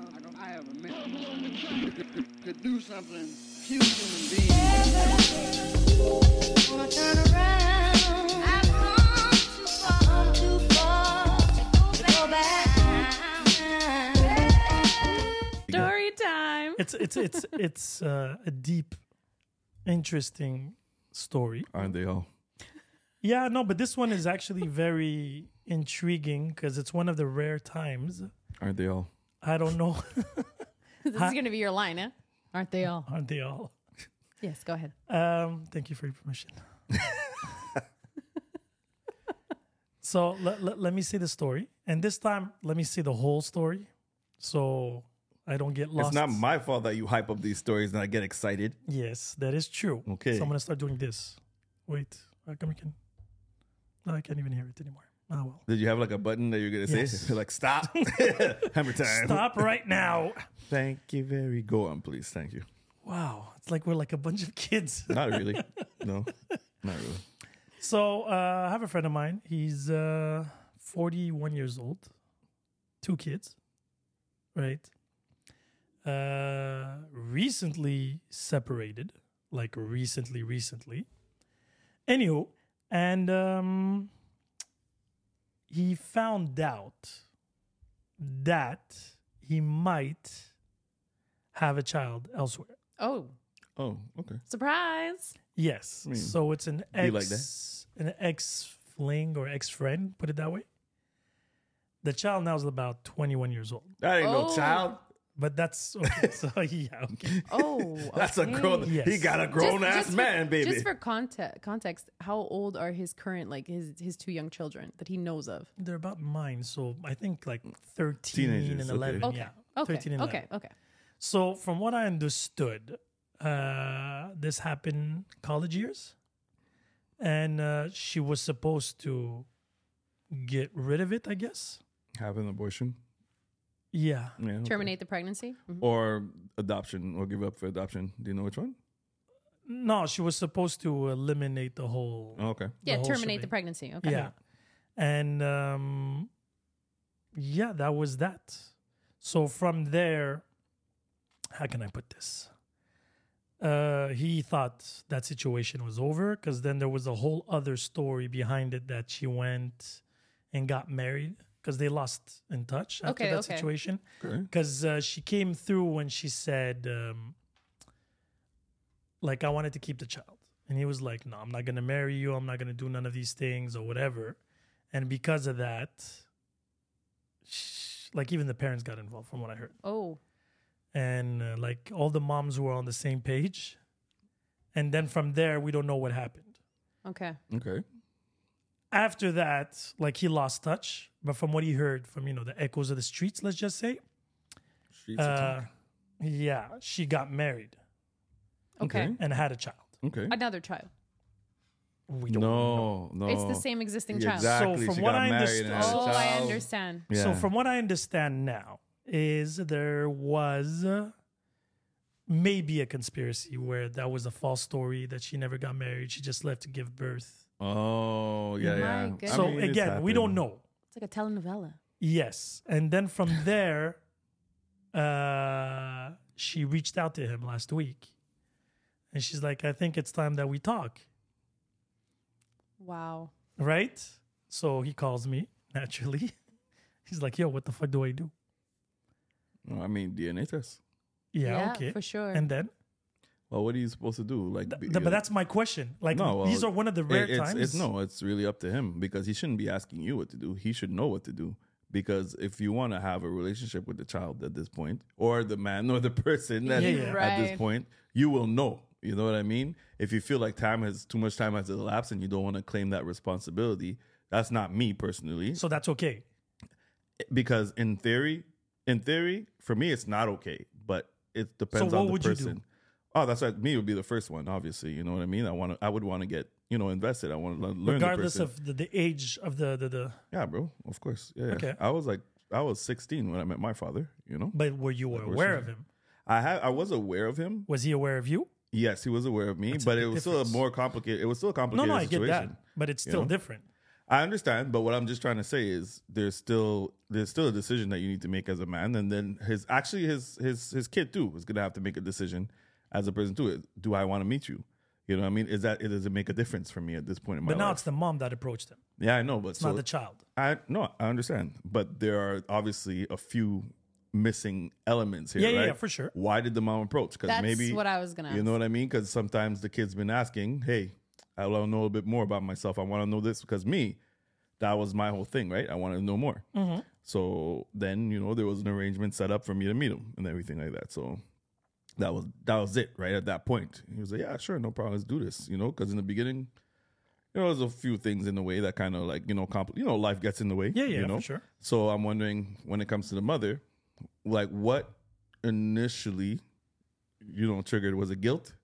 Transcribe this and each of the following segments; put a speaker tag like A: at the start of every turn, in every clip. A: of a man could, could do something few human beings.
B: Wanna turn around? I've come too far, come too far to go back.
C: Story time.
D: It's it's it's it's uh, a deep, interesting story.
E: Aren't they all?
D: Yeah, no, but this one is actually very intriguing because it's one of the rare times.
E: Aren't they all?
D: I don't know.
C: This is going to be your line, huh? Aren't they all?
D: Aren't they all?
C: Yes, go ahead.
D: Um, thank you for your permission. so let, let, let me see the story. And this time, let me see the whole story so I don't get lost.
E: It's not my fault that you hype up these stories and I get excited.
D: Yes, that is true.
E: Okay.
D: So I'm going to start doing this. Wait. How come we can? No, I can't even hear it anymore. Oh, well.
E: Did you have like a button that you're gonna
D: Yes.
E: say like stop, hammer time?
D: Stop right now.
E: Thank you very. Go on, please. Thank you.
D: Wow. It's like we're like a bunch of kids.
E: Not really. no, not really.
D: So uh, I have a friend of mine. He's uh, 41 years old, two kids, right? Uh, recently separated, like recently, recently. Anywho, and um, he found out that he might have a child elsewhere.
C: Oh,
E: Oh, okay.
C: surprise.
D: Yes.
E: Hmm.
D: So it's an
E: you
D: ex,
E: like
D: an ex fling or ex friend. Put it that way. The child now is about 21 years old,
E: That ain't
C: Oh.
E: no child.
D: but that's okay. so yeah, okay.
C: Oh,
E: That's a
C: okay.
E: grown.
D: Yes.
E: He got a grown ass
C: for-
E: man, baby.
C: mm, Just for context, context, how old are his current, like his his two young children that he knows of?
D: They're about mine, so I think like 13
E: Teenagers,
D: and
E: okay.
D: 11.
C: Okay,
D: Yeah,
C: okay,
D: 13 and
C: okay,
D: 11.
C: okay.
D: So from what I understood, uh, this happened college years, and uh, she was supposed to get rid of it. I guess.
E: have an abortion.
D: Yeah.
E: Yeah, okay.
C: Terminate the pregnancy. Mhm.
E: or adoption or give up for adoption. Do you know which one?
D: No, she was supposed to eliminate the whole.
E: Oh, okay.
C: Yeah,
D: whole
C: terminate the
D: shebang.
C: pregnancy. Okay.
D: Yeah. And um yeah, that was that. So from there, how can I put this? Uh he thought that situation was over cuz then there was a whole other story behind it that she went and got married cuz they lost in touch after
C: Okay,
D: that
C: okay.
D: situation
E: Okay.
D: because uh, she came through when she said, um, like, I wanted to keep the child. And he was like, no, I'm not going to marry you. I'm not going to do none of these things or whatever. And because of that, sh- like, even the parents got involved, from what I heard.
C: Oh,
D: And uh, like, all the moms were on the same page. And then from there, we don't know what happened
C: okay.
E: Okay.
D: after that, like he lost touch. But from what he heard from you know the echoes of the streets, let's just say,
E: Streets
D: uh,
E: attack.
D: yeah, she got married
C: Okay.
E: Okay.
D: and had a child.
E: Okay.
C: Another child.
D: We don't know.
E: No, no.
C: It's the same existing child.
E: Exactly.
D: So
E: she
D: from what
E: got
D: I
E: married and had a
D: understood-
C: Oh, I
E: Oh, child.
C: understand.
E: Yeah.
D: So from what I understand now is there was uh, maybe a conspiracy where that was a false story that she never got married. She just left to give birth.
E: Oh yeah,
C: My
E: yeah. I
C: goodness.
D: So
E: mean, it's
D: again, we don't
E: happened.
D: know.
C: It's like a telenovela.
D: Yes. And then from there, uh, she reached out to him last week. And she's like, I think it's time that we talk.
C: Wow.
D: Right? So he calls me naturally. He's like, Yo, what the fuck do I do?
E: No, I mean DNA test.
D: Yeah,
C: Yeah,
D: okay.
C: for sure.
D: And then,
E: Well, what are you supposed to do? Like,
D: Th-
E: be-
D: th- but that's my question. Like,
E: No, well,
D: these are one of the rare
E: it- it's,
D: times.
E: It's no, it's really up to him because he shouldn't be asking you what to do. He should know what to do because if you want to have a relationship with the child at this point, or the man, or the person that,
D: Yeah, yeah.
E: at
C: Right.
E: this point, you will know. You know what I mean? If you feel like time has too much time has elapsed and you don't want to claim that responsibility, that's not me personally
D: So that's okay.
E: because in theory, in theory, for me, it's not okay. But it depends
D: what
E: on the
D: would you do?
E: person. Oh, that's right. Me would be the first one, obviously. You know what I mean? I want to. I would want to get you know invested. I want to learn.
D: Regardless
E: the person.
D: of the, the age of the, the, the.
E: yeah, bro. Of course. Yeah. yeah.
D: Okay.
E: I was like, I was 16 when I met my father. You know,
D: But were you aware of him?
E: I had, I was aware of him.
D: Was he aware of you?
E: Yes, he was aware of me,
D: That's a
E: but
D: big
E: it was still a
D: difference.
E: more complicated. It was still a
D: No,
E: complicated.
D: no, I get
E: situation.
D: that. But it's still
E: know?
D: different.
E: I understand, but what I'm just trying to say is there's still there's still a decision that you need to make as a man, and then his actually his his his kid too is gonna have to make a decision as a person too. Do I want to meet you? You know what I mean? Is that does it make a difference for me at this point in my
D: But now
E: life?
D: it's the mom that approached him,
E: yeah, I know, but
D: it's
E: so
D: not the child.
E: I no, I understand, but there are obviously a few missing elements here.
D: Yeah, yeah,
E: right?
D: yeah, for sure.
E: Why did the mom approach? Because
C: That's
E: maybe
C: what I was gonna
E: You know what I mean? Because sometimes the kid's been asking, "Hey, I want to know a bit more about myself. I want to know this because me, that was my whole thing, right? I wanted to know more.
D: Mm-hmm.
E: So then you know there was an arrangement set up for me to meet him and everything like that. So that was that was it, right? At that point, he was like, "Yeah, sure, no problem. Let's do this." You know, because in the beginning. You know, there's a few things in the way that kind of like you know, compl- you know, life gets in the way.
D: Yeah, yeah,
E: you know?
D: for sure.
E: So I'm wondering when it comes to the mother, like what initially, you know, triggered was it guilt?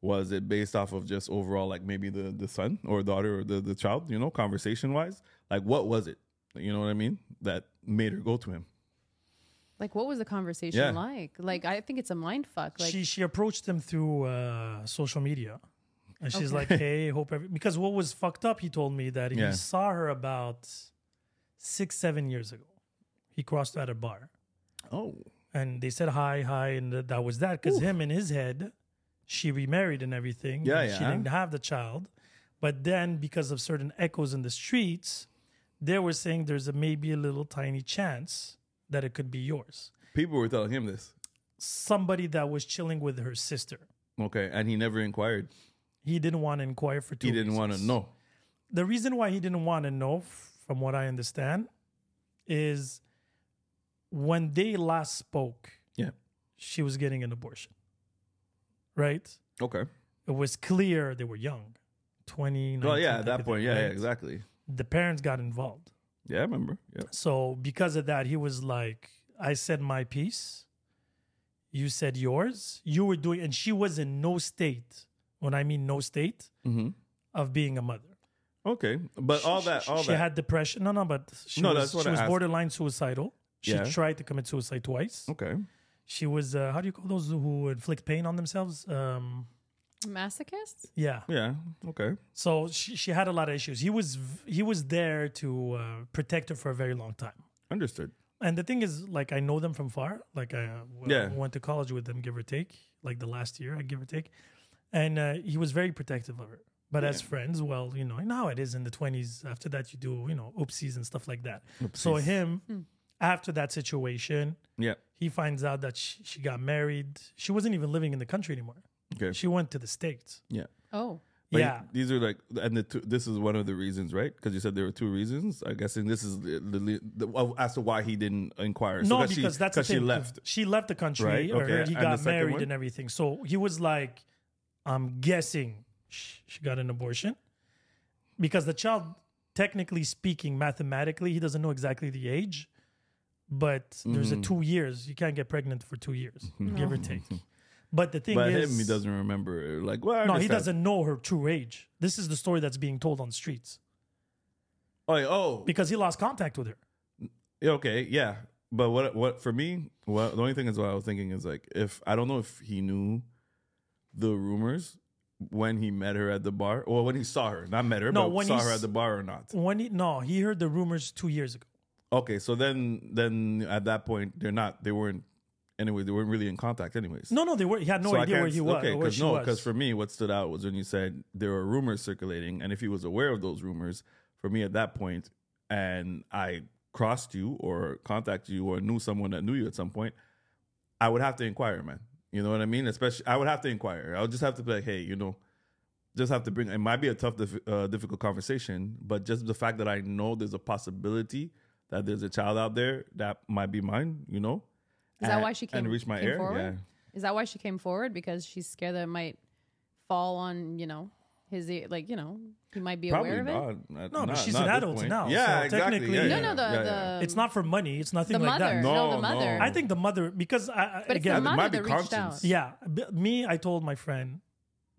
E: Was it based off of just overall like maybe the the son or daughter or the the child, you know, conversation wise? Like what was it? You know what I mean? That made her go to him.
C: Like, what was the conversation
E: Yeah.
C: like? Like, I think it's a mind fuck. Like,
D: she she approached him through uh, social media, and she's like, "Hey, hope every because what was fucked up?" He told me that he
E: Yeah.
D: saw her about six seven years ago. He crossed at a bar,
E: Oh,
D: and they said hi hi, and th- that was that because him in his head, she remarried and everything.
E: Yeah,
D: and She
E: yeah.
D: didn't have the child, but then because of certain echoes in the streets, they were saying there's a maybe a little tiny chance that it could be yours.
E: people were telling him this.
D: Somebody that was chilling with her sister.
E: Okay, and he never inquired.
D: He didn't want to inquire for two.
E: He didn't want to
D: reasons.
E: know.
D: The reason why he didn't want to know, f- from what I understand, is when they last spoke,
E: Yeah.
D: she was getting an abortion. Right?
E: Okay.
D: It was clear they were young, twenty.
E: Well,
D: 19,
E: yeah, at that
D: something
E: point, yeah,
D: like
E: yeah,
D: that.
E: exactly.
D: The parents got involved,
E: Yeah, I remember. Yeah.
D: so because of that, he was like, "I said my piece, you said yours. You were doing," and she was in no state. When I mean no state
E: Mm-hmm.
D: of being a mother.
E: Okay, but all that,
D: she,
E: all
D: she
E: that.
D: had depression. No, no, but she
E: No,
D: was,
E: that's what
D: she
E: I
D: was
E: asked.
D: borderline suicidal. She
E: Yeah. Oh.
D: tried to commit suicide twice.
E: okay.
D: She was uh, how do you call those who inflict pain on themselves? Um,
C: masochists?
D: yeah.
E: Yeah. Okay.
D: So she, she had a lot of issues. He was v- he was there to uh, protect her for a very long time.
E: Understood.
D: And the thing is, like I know them from far. Like I uh, w-
E: Yeah.
D: went to college with them, give or take. Like the last year, I give or take. And uh, he was very protective of her. But as friends, well, you know, now it is in the twenties. After that, you do you know oopsies and stuff like that. So him, after that situation,
E: Yeah.
D: he finds out that she, she got married. She wasn't even living in the country anymore.
E: Okay.
D: She went to the states.
E: yeah.
C: Oh,
E: But
D: yeah,
E: These are like, and the two, this is one of the reasons, right? Because you said there were two reasons. I'm guessing this is the, the, the, well, as to why he didn't inquire. So
D: no,
E: 'cause she-
D: because that's the
E: 'cause she
D: thing.
E: left.
D: She left the country,
E: Right,
D: or
E: okay.
D: he
E: And the
D: got
E: second
D: married
E: one?
D: and everything. So he was like, "I'm guessing sh- she got an abortion because the child, technically speaking, mathematically, he doesn't know exactly the age, but there's
E: Mm-hmm.
D: a two years. You can't get pregnant for two years, give or take. But the thing
E: But
D: is,
E: him, he doesn't remember. Like, well, I
D: No, he
E: understand.
D: doesn't know her true age. This is the story that's being told on the streets
E: Oh, yeah, oh,
D: because he lost contact with her.
E: yeah, okay, yeah. But what, what for me? What the only thing is what I was thinking is like, if I don't know if he knew the rumors when he met her at the bar, or when he saw her, not met her,
D: No,
E: but
D: when
E: saw
D: he
E: her
D: s-
E: at the bar or not.
D: When he no, he heard the rumors two years ago.
E: Okay, so then, then at that point, they're not. They weren't. Anyway, they weren't really in contact, anyways.
D: No, no, they were. He had no
E: So I
D: idea
E: can't-
D: where he was.
E: Okay,
D: or where
E: because
D: she
E: no,
D: was.
E: because for me, what stood out was when you said there were rumors circulating, and if he was aware of those rumors, for me at that point, and I crossed you or contacted you or knew someone that knew you at some point, I would have to inquire, man. You know what I mean? Especially, I would have to inquire. I would just have to be like, hey, you know, just have to bring. It might be a tough, dif- uh, difficult conversation, but just the fact that I know there's a possibility that there's a child out there that might be mine. You know,
C: is that
E: And-
C: why she came,
E: and reach my
C: came
E: ear?
C: forward?
E: Yeah.
C: Is that why she came forward because she's scared that it might fall on you know his ear- like you know he might be aware of it.
E: Not,
D: No, but
E: not-
D: she's
E: not
D: an
E: at this
D: adult
E: point.
D: now,
E: Yeah,
D: so
E: exactly.
D: technically-
E: yeah,
C: No,
E: yeah,
C: no, the
E: yeah,
C: the,
E: yeah.
D: it's not for money. It's nothing
C: Um, the
D: like
C: mother.
D: that.
E: No,
C: No, the
E: no.
C: mother.
D: I think the mother because I- I
C: But it's the
E: Yeah, there
D: again
C: mother
E: might be
C: that reached
E: conscience.
C: out.
D: yeah b- me. I told my friend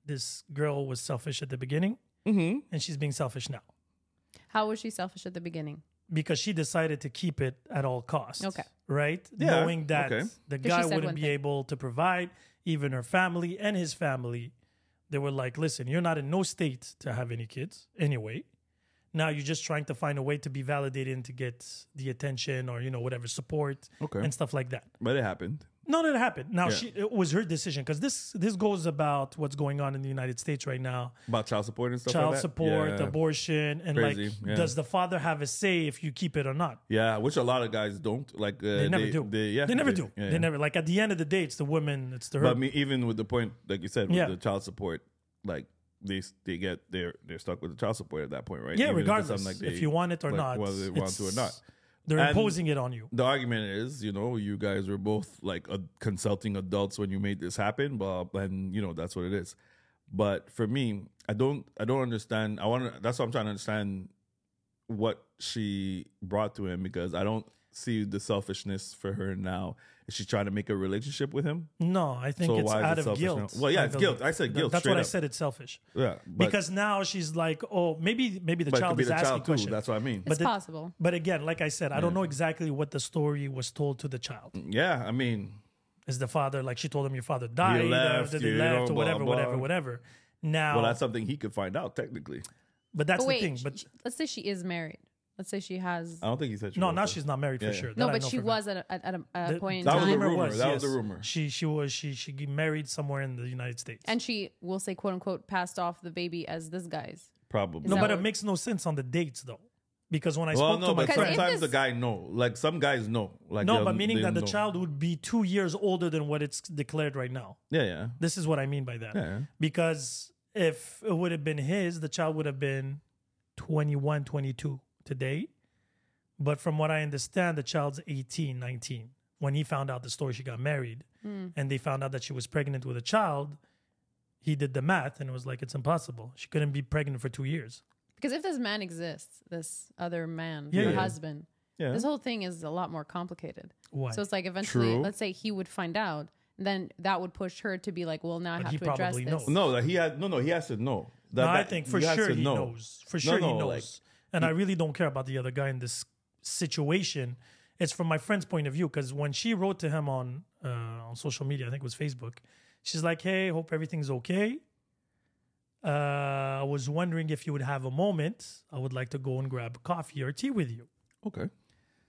D: this girl was selfish at the beginning,
E: Mm-hmm.
D: and she's being selfish now
C: How was she selfish at the beginning?
D: because she decided to keep it at all costs.
C: Okay.
D: right?
E: Yeah,
D: Knowing that
E: okay.
D: the
C: she
D: guy
C: said
D: wouldn't
C: one
D: be
C: thing.
D: able to provide even her family and his family. They were like, "Listen, you're not in no state to have any kids anyway. Now you're just trying to find a way to be validated and to get the attention or you know whatever support
E: Okay.
D: and stuff like that.
E: But it happened.
D: No, that happened. Now
E: Yeah.
D: she it was her decision because this this goes about what's going on in the United States right now.
E: About child support and stuff
D: Child
E: like that?
D: support,
E: yeah.
D: abortion, and
E: Crazy,
D: like,
E: yeah.
D: does the father have a say if you keep it or not?
E: Yeah, which a lot of guys don't. Like uh,
D: They never do.
E: They, yeah,
D: they never do.
E: yeah,
D: They
E: yeah.
D: never like at the end of the day, it's the women, it's the her.
E: But I mean, even with the point, like you said, with
D: Yeah.
E: the child support, like they they get they're they're stuck with the child support at that point, right?
D: yeah,
E: Even if it's
D: regardless
E: something
D: if you want it or
E: like,
D: not,
E: whether they want
D: it's-
E: to or not.
D: they're
E: And-
D: imposing it on you.
E: The argument is, you know, you guys were both like a, consulting adults when you made this happen, blah, blah, and you know that's what it is. But for me, I don't I don't understand. I want to. That's what I'm trying to understand what she brought to him because I don't see the selfishness for her now. Is she trying to make a relationship with him?
D: No, I think
E: So
D: it's
E: why is it
D: out of
E: selfish
D: guilt.
E: now? Well, yeah,
D: I
E: it's
D: believe.
E: guilt. I said
D: Th-
E: guilt
D: That's
E: straight
D: what I
E: up.
D: said. It's selfish
E: Yeah, but-
D: because now she's like, oh, maybe maybe the
E: but it could
D: child
E: be
D: is
E: the
D: asking
E: child too.
D: questions.
E: That's what I mean.
C: It's
D: the-
C: possible.
D: But again, like I said, I don't know exactly what the story was told to the child.
E: Yeah, I mean,
D: Is the father like she told him your father died,
E: left,
D: or they
E: you
D: left,
E: know,
D: or
E: blah,
D: whatever,
E: blah.
D: whatever, whatever. Now,
E: well, that's something he could find out technically.
D: but that's
C: But
D: the thing.
C: wait,
D: But
C: sh- let's say she is married. Let's say she has.
E: I don't think he said. she
D: no,
E: was,
D: now
E: though.
D: she's not married
E: Yeah,
D: for
E: yeah.
D: sure.
C: no,
D: That I
C: but
D: know
C: she
D: for a
C: was at a, at a, a
D: The-
C: point in
E: That was
C: time,
E: a rumor. That was a rumor.
D: She she was she she g- married somewhere in the United States.
C: and she will say, "quote unquote," passed off the baby as this guy's.
E: probably.
D: no,
C: that
D: but
C: what-
D: it makes no sense on the dates though, because when I
E: well,
D: spoke
E: no,
D: to my
E: but
C: Because
D: friend,
C: if
E: sometimes the
C: this-
E: guy know. Like some guys know. Like
D: no,
E: they'll-
D: but meaning
E: they
D: that the
E: know.
D: child would be two years older than what it's declared right now.
E: Yeah, yeah.
D: This is what I mean by that.
E: Yeah.
D: Because if it would have been his, the child would have been 21, 22 today. But from what I understand, the child's 18, 19. When he found out the story, she got married and they found out that she was pregnant with a child. He did the math and it was like, it's impossible. She couldn't be pregnant for two years.
C: Because if this man exists, this other man,
D: Yeah,
C: her
D: yeah.
C: husband,
E: Yeah.
C: this whole thing is a lot more complicated.
D: Why?
C: So it's like eventually,
E: True.
C: let's say he would find out, then that would push her to be like, "Well, now I
D: But
C: have
D: he
C: to address
D: probably
C: this."
D: knows.
E: No, that he had. No, no, he has to know. That,
D: No, I
E: that-
D: think for
E: he has
D: sure
E: to
D: he
E: know.
D: knows. For
E: No,
D: sure he
E: no,
D: knows.
E: like,
D: and I really don't care about the other guy in this situation. It's from my friend's point of view because when she wrote to him on uh, on social media, I think it was Facebook, she's like, "Hey, hope everything's okay. Uh, I was wondering if you would have a moment. I would like to go and grab coffee or tea with you."
E: okay.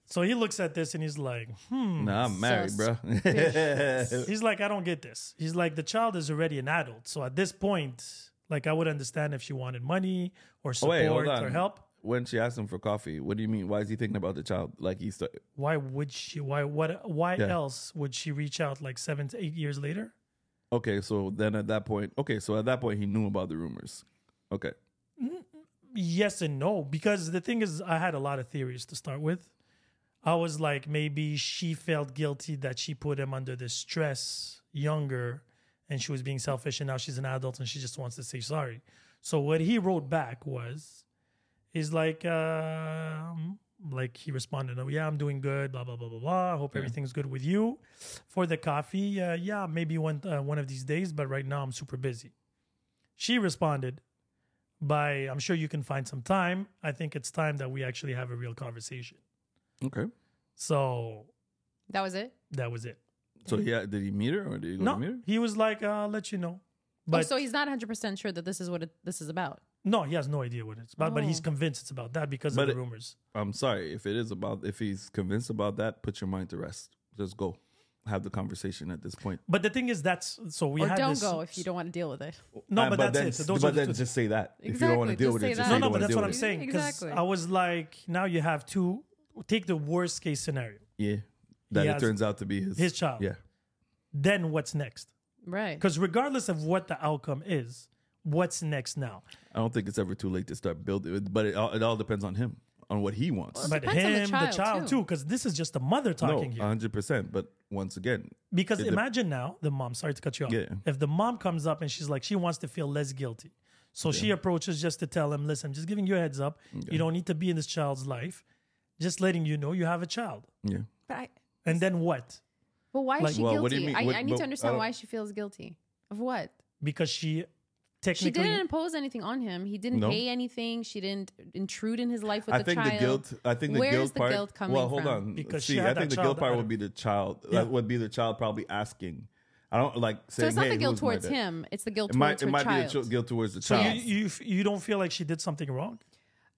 D: So he looks at this and he's like, "Hmm."
E: Nah, I'm married, bro. Uh,
D: He's like, I don't get this. He's like, the child is already an adult. So at this point, like, I would understand if she wanted money or
E: Oh,
D: support
E: wait, hold on.
D: or help.
E: When she asked him for coffee, what do you mean? Why is he thinking about the child? Like he's st-
D: Why would she? Why? What? Why
E: Yeah.
D: else would she reach out like seven to eight years later?
E: okay. So then at that point, okay. So at that point, he knew about the rumors. Okay.
D: Yes and no, because the thing is, I had a lot of theories to start with. I was like, maybe she felt guilty that she put him under this stress younger, and she was being selfish, and now she's an adult and she just wants to say sorry. So what he wrote back was, he's like, um, like he responded, "Oh yeah, I'm doing good. Blah blah blah blah blah. I hope everything's good with you. For the coffee, uh, yeah, maybe one uh, one of these days, but right now I'm super busy." She responded, by I'm sure you can find some time. I think it's time that we actually have a real conversation.
E: Okay.
D: So
C: That was it. Oh,
D: that was it.
E: So he had, did he meet her or did he go to meet her?
D: No, he was like, uh, "I'll let you know,"
C: Oh,
D: but
C: so he's not 100 percent sure that this is what it, this is about.
D: no, he has no idea what it's about. But he's
C: Oh.
D: convinced it's about that because
E: But
D: of the
E: it-
D: rumors.
E: I'm sorry if it is about if he's convinced about that. Put your mind to rest. Just go have the conversation at this point.
D: But the thing is, that's so we
C: Or
D: had
C: don't
D: this.
C: go if you don't want to deal with it.
D: No,
E: Uh,
D: but, that's
E: then,
D: it. So those
E: but
D: are the
E: then
D: two.
E: just say that if you don't want to
C: Exactly,
E: deal
C: just
E: with it.
C: say
E: Just
C: that.
E: say
D: no, no,
E: you don't
D: but
E: wanna
D: that's
E: deal
D: what I'm
E: with it.
D: saying. Because
C: Exactly.
D: I was like, now you have two. Take the worst case scenario.
E: Yeah, that it
D: has-
E: turns out to be his
D: his child.
E: Yeah,
D: Then what's next?
C: Right.
D: Because regardless of what the outcome is, what's next now?
E: I don't think it's ever too late to start building, it, but it all, it all depends on him on what he wants.
D: But
C: depends on the
D: him,
C: child,
D: too,
C: too.
D: because this is just the mother
E: No,
D: talking here.
E: hundred percent. But once again,
D: Because
E: It dep-
D: imagine now the mom, sorry to cut you off.
E: Yeah.
D: If the mom comes up and she's like, she wants to feel less guilty. So she approaches just to tell him, listen, just giving you a heads up. You don't need to be in this child's life. Just letting you know you have a child.
E: yeah,
C: But I,
D: And then what?
C: but why
D: Like-
C: is she
E: Well,
C: guilty?
E: what do you mean?
C: I,
E: What-
C: I need
E: but- uh,
C: to
E: I
C: understand
E: don't-
C: why she feels guilty of what.
D: Because she
C: She
D: technically.
C: didn't impose anything on him. He didn't
E: No.
C: pay anything. She didn't intrude in his life with
E: I
C: the
E: think
C: child.
E: the guilt. I think the
C: Where's
E: guilt
C: the
E: part.
C: guilt coming
E: well, hold
C: from?
E: on.
D: Because she
E: See,
D: had
E: I
D: that
E: think the guilt
D: child
E: part
D: at
E: would
D: her-
E: be the child.
D: Yeah.
E: That would be the child probably asking. I don't like
C: So
E: saying.
C: it's not
E: hey,
C: the guilt
E: who's my
C: towards
E: dad?
C: him. It's the guilt
E: It might.
C: towards
E: It
C: her
E: might be
C: child.
E: the ch- guilt towards the
D: so
E: child.
D: you, you, you don't feel like she did something wrong?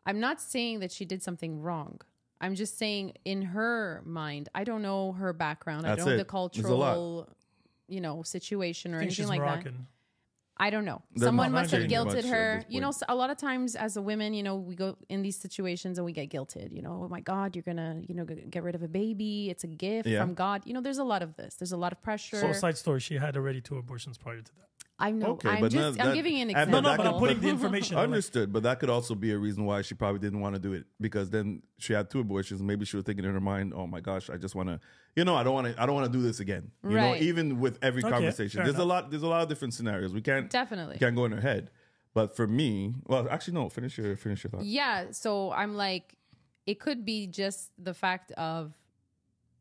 C: I'm not saying that she did something wrong. I'm just saying in her mind, I don't know her background. I
E: That's
C: don't know the
E: it. There's a lot.
C: cultural, you know, situation or
D: I think
C: anything
D: she's
C: like that.
D: Moroccan.
C: I don't know.
E: They're
C: Someone
E: not
C: must have
E: changing much
C: guilted
E: at
C: her.
E: this
C: You know,
E: point.
C: s- a lot of times as a women, you know, we go in these situations and we get guilted. You know, oh my God, you're gonna, you know, g- get rid of a baby. It's a gift
E: Yeah.
C: from God. You know, there's a lot of this. There's a lot of pressure.
D: So side story, she had already two abortions prior to that.
C: I know.
E: Okay,
C: I'm
E: but
C: just,
E: now
C: I'm
E: that-
C: giving you an
E: and-
C: example.
E: No,
D: No, no, but I'm
E: could-
D: putting the information. like,
E: Understood, but that could also be a reason why she probably didn't want to do it because then she had two abortions. Maybe she was thinking in her mind, "Oh my gosh, I just want to, you know, I don't want to, I don't want to do this again." You
C: Right.
E: know, even with every
D: Okay,
E: conversation,
D: fair
E: there's
D: enough.
E: a lot, there's a lot of different scenarios. We can't
C: Definitely.
E: can't go in her head. But for me, well, actually, no. Finish your finish your thought.
C: Yeah. So I'm like, it could be just the fact of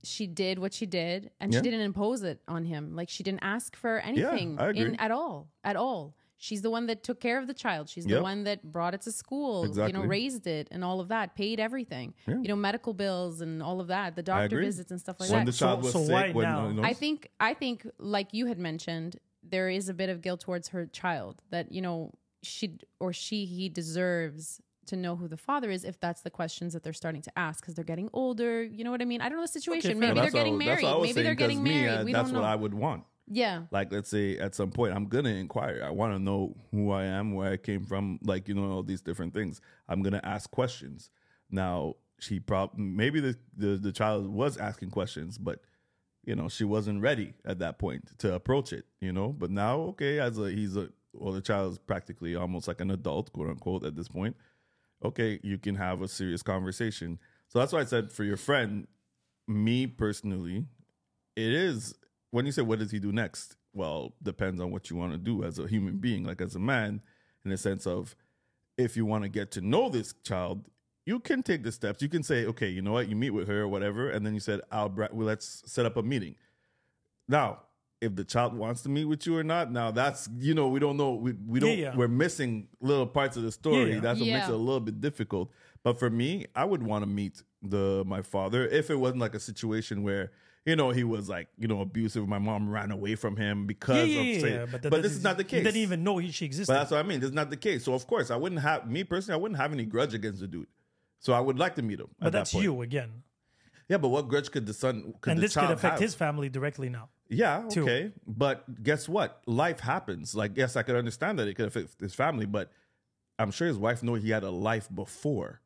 C: she did what she did and
E: Yeah.
C: she didn't impose it on him. Like she didn't ask for anything
E: I
C: in
E: agree.
C: at all. At all. She's the one that took care of the child. She's the
E: Yep.
C: one that brought it to school, you
E: Exactly.
C: know, raised it and all of that, paid everything. You know, medical bills and all of that, the doctor
E: agree.
C: visits and stuff like
E: when
C: that.
E: the child was
D: so
E: sick,
D: why
E: when
D: now?
E: you know,
C: I think I think like you had mentioned, there is a bit of guilt towards her child that you know she or she he deserves to know who the father is if that's the questions that they're starting to ask because they're getting older. You know what I mean? I don't know the situation.
D: fair
C: Maybe
E: Well,
C: they're
E: that's what I
C: getting
E: was- that's
C: married.
E: what I was
C: Maybe they're
E: saying, 'cause
C: getting
E: me,
C: married.
E: uh,
C: we
E: that's
C: don't
E: what
C: know.
E: I would want.
C: yeah.
E: like let's say at some point i'm gonna inquire i want to know who i am where i came from like you know all these different things i'm gonna ask questions now she prob maybe the, the the child was asking questions but you know she wasn't ready at that point to approach it you know but now okay as a he's a well the child's practically almost like an adult quote unquote at this point okay you can have a serious conversation so that's why i said for your friend me personally it is when you say what does he do next well depends on what you want to do as a human being like as a man in the sense of if you want to get to know this child you can take the steps you can say okay you know what you meet with her or whatever and then you said i'll bra- well, let's set up a meeting now if the child wants to meet with you or not now that's you know we don't know we, we don't
D: Yeah, yeah.
E: we're missing little parts of the story
D: yeah.
E: that's what makes
C: Yeah.
E: it a little bit difficult but for me i would want to meet the my father if it wasn't like a situation where you know he was like you know abusive my mom ran away from him
D: yeah,
E: because
D: yeah,
E: of
D: yeah,
E: say-
D: yeah,
E: but,
D: that
E: this
D: doesn't-
E: is not the
D: he
E: case
D: Didn't even know he, she existed.
E: but that's what I mean. That's not the case. So of course, I wouldn't have me personally. I wouldn't have any grudge against the dude. So I would like to meet him.
D: but
E: at that
D: that's
E: point.
D: you again,
E: Yeah, but what grudge could the son? Could
D: and
E: the
D: this could
E: child
D: affect
E: have?
D: his family directly now.
E: Yeah,
D: too.
E: okay. But guess what? Life happens. Like, yes, I could understand that it could affect his family, but I'm sure his wife knew he had a life before.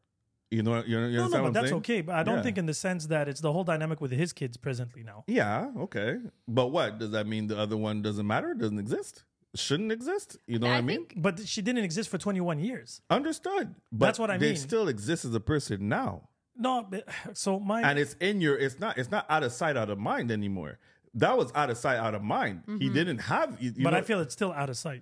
E: You know, you, you
D: No,
E: understand
D: no,
E: what I'm
D: but that's
E: saying?
D: okay. But I don't
E: Yeah.
D: think in the sense that it's the whole dynamic with his kids presently now.
E: Yeah, okay. But what does that mean? The other one doesn't matter. Doesn't exist. Shouldn't exist. You know what I mean?
C: think-
D: But she didn't exist for 21 years.
E: Understood. But
D: That's what I
E: they
D: mean.
E: still exist as a person now.
D: No, but, so my
E: and it's in your it's not it's not out of sight out of mind anymore that was out of sight out of mind he didn't have you, you
D: Mm-hmm. but I
E: know-
D: feel it's still out of sight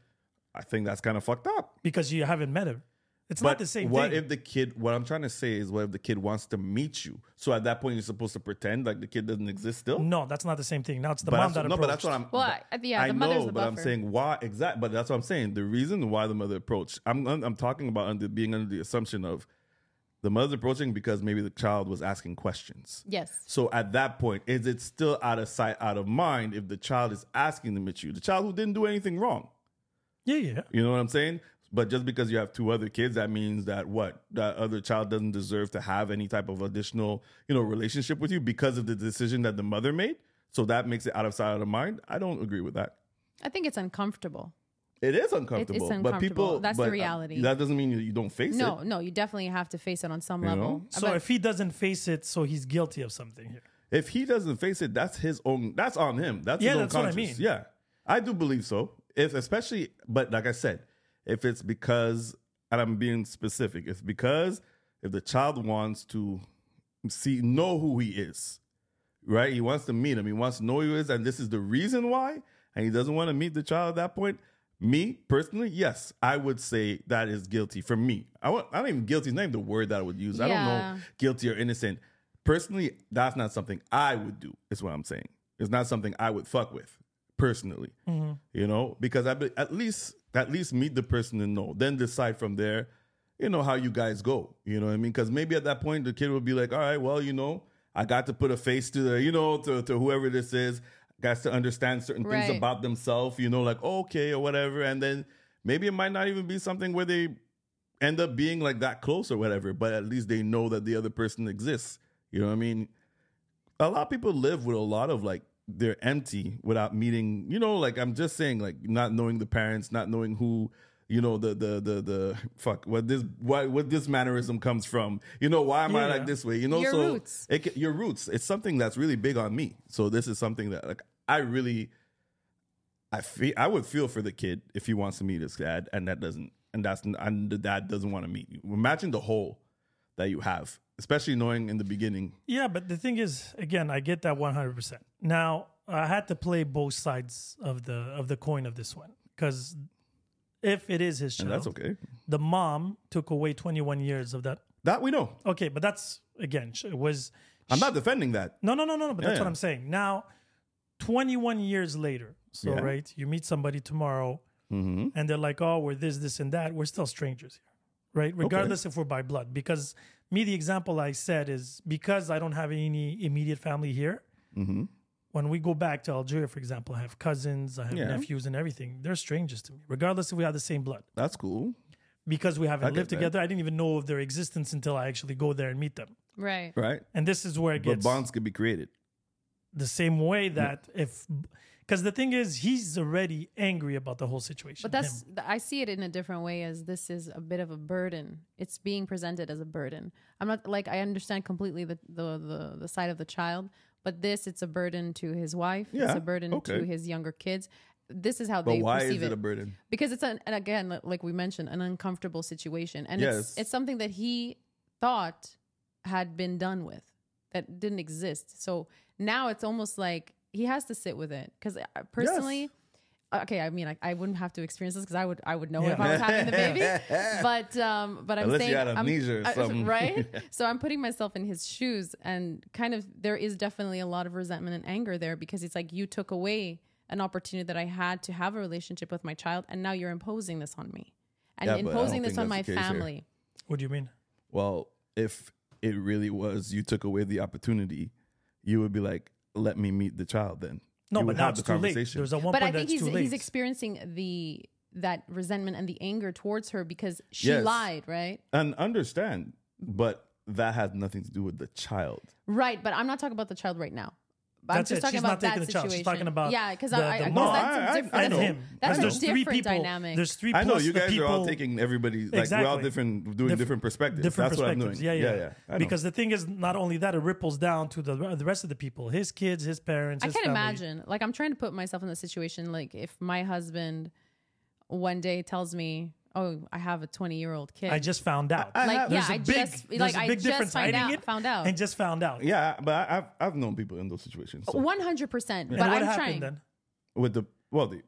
E: i think that's kind of fucked up
D: because you haven't met her. It's
E: but
D: not the same
E: what
D: thing.
E: if the kid what i'm trying to say is what if the kid wants to meet you so at that point you're supposed to pretend like the kid doesn't exist still
D: no, that's not the same thing. Now it's the
E: but
D: mom
E: that's,
D: that
E: no,
D: approached.
E: but that's what I'm.
C: Well,
E: but-
C: I- yeah,
E: I
C: the mother's
E: know,
C: the
E: but I'm
C: buffer.
E: saying why exactly. But that's what I'm saying. The reason why the mother approached. I'm I'm talking about under being under the assumption of the mother's approaching because maybe the child was asking questions.
C: Yes.
E: So at that point, is it still out of sight, out of mind if the child is asking them at you? The child who didn't do anything wrong.
D: yeah, yeah.
E: You know what I'm saying? But just because you have two other kids, that means that what? That other child doesn't deserve to have any type of additional, you know, relationship with you because of the decision that the mother made. So that makes it out of sight, out of mind. I don't agree with that.
C: I think it's uncomfortable.
E: It is uncomfortable. But
C: uncomfortable.
E: people
C: That's the
E: but, uh,
C: reality.
E: that doesn't mean you, you don't face
C: No,
E: it.
C: no, you definitely have to face it on some
E: You
C: level.
E: know?
D: So
C: But-
D: if he doesn't face it, so he's guilty of something here.
E: If he doesn't face it, that's his own that's on him. That's
D: Yeah,
E: his own
D: that's what I
E: conscience.
D: mean.
E: Yeah. I do believe so. If especially but like I said, if it's because and I'm being specific, it's because if the child wants to see know who he is, right? He wants to meet him, he wants to know who he is, and this is the reason why, and he doesn't want to meet the child at that point. Me personally, yes, I would say that is guilty for me. I want, I don't even guilty is not even the word that I would use. I don't know
C: Yeah.
E: guilty or innocent. Personally, that's not something I would do. Is what I'm saying. It's not something I would fuck with personally. You know, because I be, at least at least meet the person and know, then decide from there. You know how you guys go. You know what I mean? Because maybe at that point the kid will be like, all right, well, you know, I got to put a face to the, you know, to, to whoever this is. Got to understand certain
C: Right.
E: things about themselves. You know, like okay or whatever, and then maybe it might not even be something where they end up being like that close or whatever, but at least they know that the other person exists. You know what I mean? A lot of people live with a lot of like they're empty without meeting, you know, like I'm just saying, like not knowing the parents, not knowing who, you know, the the the the fuck what this why what this mannerism comes from. You know, why am I
D: Yeah.
E: like this way? You know,
C: Your
E: so
C: roots.
E: It, ca- your roots. It's something that's really big on me. So this is something that like I really I feel I would feel for the kid if he wants to meet his dad, and that doesn't, and that's and the dad doesn't want to meet you. Imagine the hole that you have, especially knowing in the beginning.
D: Yeah, but the thing is, again, I get that one hundred percent. Now I had to play both sides of the of the coin of this one because if it is his child,
E: And that's okay.
D: the mom took away twenty one years of that.
E: That we know.
D: Okay, but that's again sh- it was
E: I'm not defending that.
D: no no no no no. But that's
E: Yeah,
D: what
E: yeah.
D: I'm saying. Now twenty one years later, so
E: Yeah. Mm-hmm.
D: right, you meet somebody tomorrow, and they're like, oh, we're this this and that. We're still strangers here. Right, regardless if we're by blood, because me, the example I said is because I don't have any immediate family here,
E: Mm-hmm.
D: when we go back to Algeria, for example, I have cousins, I have
E: Yeah.
D: nephews, and everything. They're strangers to me, regardless if we have the same blood,
E: That's cool.
D: because we haven't
E: get
D: lived
E: that.
D: together. I didn't even know of their existence until I actually go there and meet them.
C: Right.
E: Right.
D: And this is where it
E: But
D: gets
E: bonds could be created.
D: the same way that if, because the thing is, he's already angry about the whole situation.
C: But that's
D: him.
C: th- I see it in a different way as this is a bit of a burden. It's being presented as a burden. I'm not like I understand completely the the the, the side of the child, but this it's a burden to his wife. It's
E: Yeah,
C: a burden
E: okay.
C: to his younger kids. This is how
E: But
C: they
E: why
C: perceive
E: is it a burden?
C: because it's an, and again li- like we mentioned an uncomfortable situation and
E: Yes.
C: it's it's something that he thought had been done with that didn't exist so now it's almost like he has to sit with it because personally uh, okay i mean I, I wouldn't have to experience this because i would i would know
D: Yeah.
C: if i was having the baby but um but i'm
E: Unless you
C: saying
E: had
C: I'm-
E: amnesia or
C: I-
E: something.
C: right so i'm putting myself in his shoes and kind of there is definitely a lot of resentment and anger there because it's like you took away an opportunity that i had to have a relationship with my child and now you're imposing this on me and
E: Yeah, but I don't
C: imposing this
E: think
C: on my
E: that's the case here.
C: family
D: what do you mean?
E: Well, if it really was you took away the opportunity, you would be like, let me meet the child then.
D: No,
E: You
D: but
E: would
D: now
E: have
D: it's
E: the
D: too late.
E: conversation.
D: There's a one
C: but i
D: point
C: think
D: Oh, that's
C: he's
D: too late.
C: he's experiencing the that resentment and the anger towards her because she
E: Yes.
C: lied right
E: and understand, but that has nothing to do with the child.
C: right but i'm not talking about the child right now I'm
D: That's
C: just
D: it.
C: talking
D: She's
C: about
D: not taking
C: that
D: the child.
C: situation.
D: She's talking about
C: yeah, because
D: the-
C: I,
D: the
C: I, 'cause
D: mom.
E: No, I-
C: that's
E: I-
C: a
E: I
C: different.
D: and
E: know.
D: him.
C: That's
E: I
C: a
E: know.
D: there's three
C: different
D: people.
C: dynamic.
D: There's three.
E: I know
D: plus
E: you
D: the
E: guys are all
D: people-
E: taking everybody's like we're all
D: Exactly.
E: different doing
D: Diff-
E: different perspectives.
D: Different
E: That's
D: perspectives.
E: what I'm doing.
D: Yeah, yeah.
E: I know.
D: Because the thing is, not only that, it ripples down to the the rest of the people, his kids, his parents.
C: I
D: his
C: can't
D: family.
C: imagine. Like I'm trying to put myself in the situation. Like if my husband one day tells me, "Oh, I have a 20 year old kid,"
D: I just found out.
E: I-
C: like
E: have-
C: yeah,
D: There's a
C: I
D: big-
C: just
D: there's
C: like
D: a
C: I
D: big
C: just
D: difference. I
C: find
D: didn't
C: out,
D: get-
C: found out,
D: and just found out.
E: yeah, but I, I've I've known people in those situations. So
C: one hundred percent. But
D: And what
C: I'm
D: happened
C: trying.
D: then?
E: with the well, the,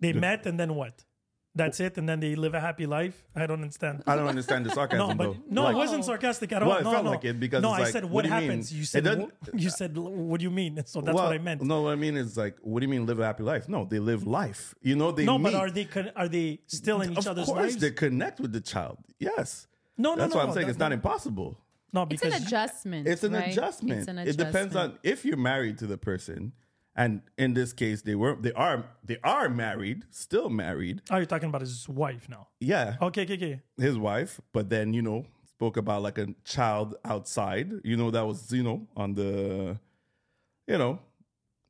D: They met, and then what? That's it, and then they live a happy life. I don't understand.
E: I don't understand the sarcasm
D: No,
E: though.
D: but no,
E: Like,
D: it wasn't sarcastic at all.
E: Well, it
D: no,
E: felt
D: no.
E: like it because
D: no,
E: it's
D: I
E: like,
D: said
E: what
D: what,
E: do you mean?
D: happens. You
E: It
D: said
E: doesn't-
D: wh- you said what do you mean? So that's
E: well,
D: what I meant.
E: No, what I mean is like, what do you mean live a happy life? No, they live life. You know, they
D: No,
E: meet.
D: but are they con- are they still in each
E: of
D: other's
E: course
D: lives?
E: they connect with the child. Yes.
D: No, no,
E: That's
D: no,
E: why I'm
D: no,
E: saying
D: that-
E: it's not
D: that-
E: impossible.
D: No,
C: It's an
D: because
C: adjustment.
E: It's an
C: right?
E: adjustment.
C: It's an
E: It depends
C: adjustment.
E: on if you're married to the person, and in this case, they were they are they are married, still married.
D: oh, you're talking about his wife now.
E: Yeah,
D: Okay, okay, okay.
E: his wife, but then you know spoke about like a child outside. You know that was you know on the, you know,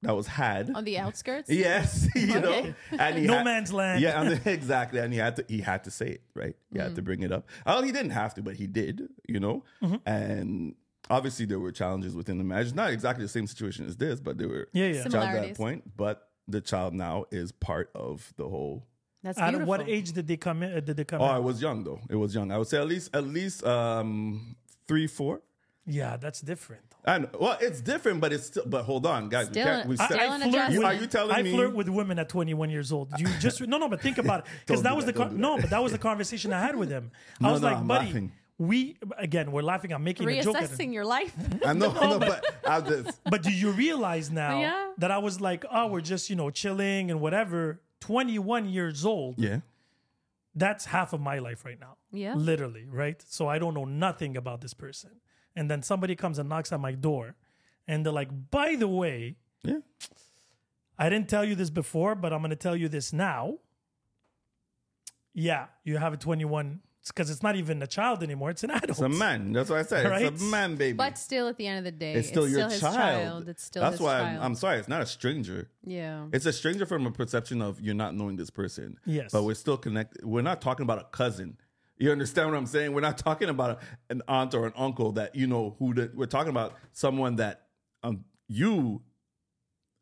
E: that was had.
C: on the outskirts.
E: Yes, you know,
C: Okay.
E: and he
D: No
E: had-
D: man's land.
E: Yeah, and then- exactly. And he had to he had to say it right. He had
C: Mm.
E: to bring it up. Oh, he didn't have to, but he did. You know,
D: Mm-hmm.
E: and obviously there were challenges within the marriage. Not exactly the same situation as this, but there were
D: Yeah, yeah.
E: challenges at that
C: Similarities.
E: point. But the child now is part of the whole.
C: That's beautiful.
D: At what age did they come in? Uh, did they come
E: Oh,
D: in?
E: I was young though. It was young. I would say at least at least um three four.
D: Yeah, that's different.
E: And well, it's different, but it's still. But hold on, guys.
C: Still
E: can't-
C: an- I-
E: we said-
C: Still an
E: You-
D: with,
E: are you telling
D: I
E: me-
D: flirt with women at 21 years old. You just no, no. But think about it, because
E: Don't
D: that
E: do
D: was
E: that,
D: the con-
E: don't do
D: no,
E: that.
D: but that was the conversation I had with him. I
E: No,
D: was
E: no,
D: like,
E: I'm
D: buddy,
E: laughing.
D: we again, we're laughing. I'm making a joke. At him.
C: reassessing your life.
E: I know, I know, but I just
D: But do you realize now
C: Yeah.
D: that I was like, oh, we're just you know chilling and whatever. 21 years old.
E: yeah.
D: that's half of my life right now.
C: Yeah.
D: Literally, right? So I don't know nothing about this person. And then somebody comes and knocks at my door and they're like, by the way,
E: Yeah.
D: I didn't tell you this before, but I'm going to tell you this now. Yeah, you have a 21 It's because it's not even a child anymore. It's an adult.
E: It's a man. That's what I said.
D: Right?
E: It's a man, baby.
C: But still, at the end of the day,
E: it's still your
C: his
E: child.
C: child. It's still
E: That's
C: his
E: why
C: child.
E: I'm, I'm sorry. It's not a stranger.
C: yeah.
E: It's a stranger from a perception of you're not knowing this person.
D: Yes.
E: But we're still connected. We're not talking about a cousin. You understand what I'm saying? We're not talking about an aunt or an uncle that you know who. The, we're talking about someone that um, you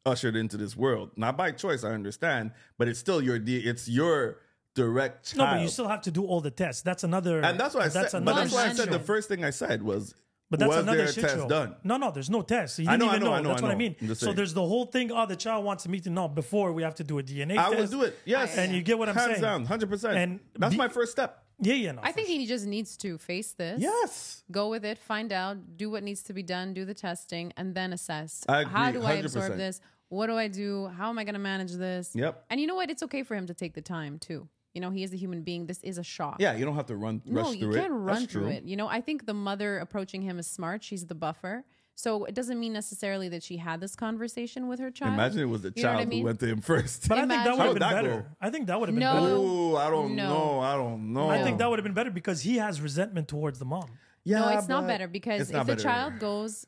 E: ushered into this world, not by choice. I understand, but it's still your. de- It's your direct
D: No,
E: child.
D: but you still have to do all the tests. That's another.
E: and that's why I said. But that's why I said the
D: another
E: first thing I said was.
D: But that's
E: was
D: another
E: there a
D: shit
E: test
D: show.
E: done?
D: No, no, there's no test. You
E: I
D: didn't
E: know, I
D: even
E: know,
D: know.
E: I know,
D: That's
E: I
D: what I
E: know.
D: mean.
E: I'm just
D: So
E: saying.
D: there's the whole thing. Oh, the child wants to meet. No, before we have to do a DNA
E: I
D: test.
E: would do it. Yes.
D: And you get what I'm
E: Hands
D: saying.
E: down, 100%.
D: And
E: that's
D: be-
E: my first step.
D: Yeah, yeah. No,
C: I think he just needs to face this.
E: Yes.
C: Go with it, find out, do what needs to be done, do the testing, and then assess.
E: I agree,
C: How do I absorb
E: 100%.
C: this? What do I do? How am I going to manage this?
E: Yep.
C: And you know what? It's okay for him to take the time too. You know, he is a human being. This is a shock.
E: Yeah, you don't have to run rush
C: No, you
E: through it.
C: can't run
E: That's
C: through
E: true.
C: it. You know, I think the mother approaching him is smart. She's the buffer. So it doesn't mean necessarily that she had this conversation with her child.
E: Imagine it was the
C: You know what
E: child
C: I mean?
E: who went to him first.
D: But I think that
C: Imagine-
D: would
E: How
D: have
E: would
D: been
E: that
D: better.
E: go?
D: I think that would have been
C: No.
D: better.
E: Ooh, I don't
C: No.
E: know. I don't know.
D: I think that would have been better because he has resentment towards the mom.
E: Yeah,
C: no, it's not
E: but
C: better because
E: it's
C: if
E: not
C: the
E: better.
C: child goes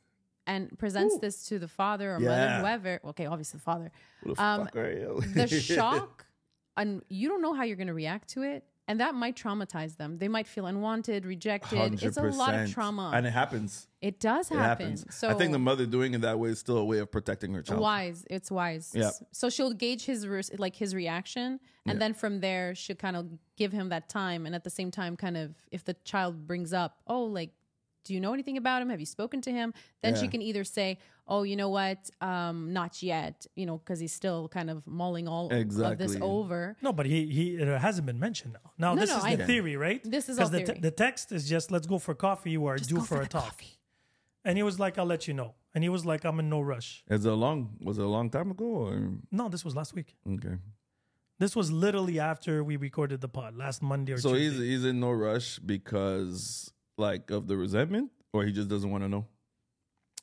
C: and presents this to the father or mother,
E: Yeah.
C: whoever, okay, obviously the father,
E: Who the
C: um,
E: fuck are you?
C: the shock, and you don't know how you're going to react to it. And that might traumatize them. They might feel unwanted, rejected. It's a lot of
E: 100%.
C: trauma.
E: and it happens.
C: it does
E: It
C: happen.
E: happens.
C: So
E: I think the mother doing it that way is still a way of protecting her child.
C: wise it's wise
E: Yeah.
C: so she'll gauge his re- like his reaction and then from there she'll kind of give him that time and at the same time kind of if the child brings up oh like do you know anything about him have you spoken to him then she
E: Yeah.
C: can either say oh you know what um not yet you know because he's still kind of mulling all of this
E: Exactly.
C: over
D: No, but he, he it hasn't been mentioned now. Now
C: No,
D: this
C: no,
D: is
C: I
D: the
C: know.
D: theory, right?
C: This is
D: 'Cause
C: all
D: the, te-
C: theory.
D: the text is just let's go for coffee. You are due
C: go
D: for,
C: for
D: a
C: the
D: talk.
C: coffee.
D: And he was like, I'll let you know. And he was like, I'm in no rush.
E: Is it a long? Was it a long time ago? Or,
D: No, this was last week.
E: okay.
D: This was literally after we recorded the pod last Monday or
E: So he's
D: Tuesday.
E: he's in no rush because like of the resentment, or he just doesn't want to know.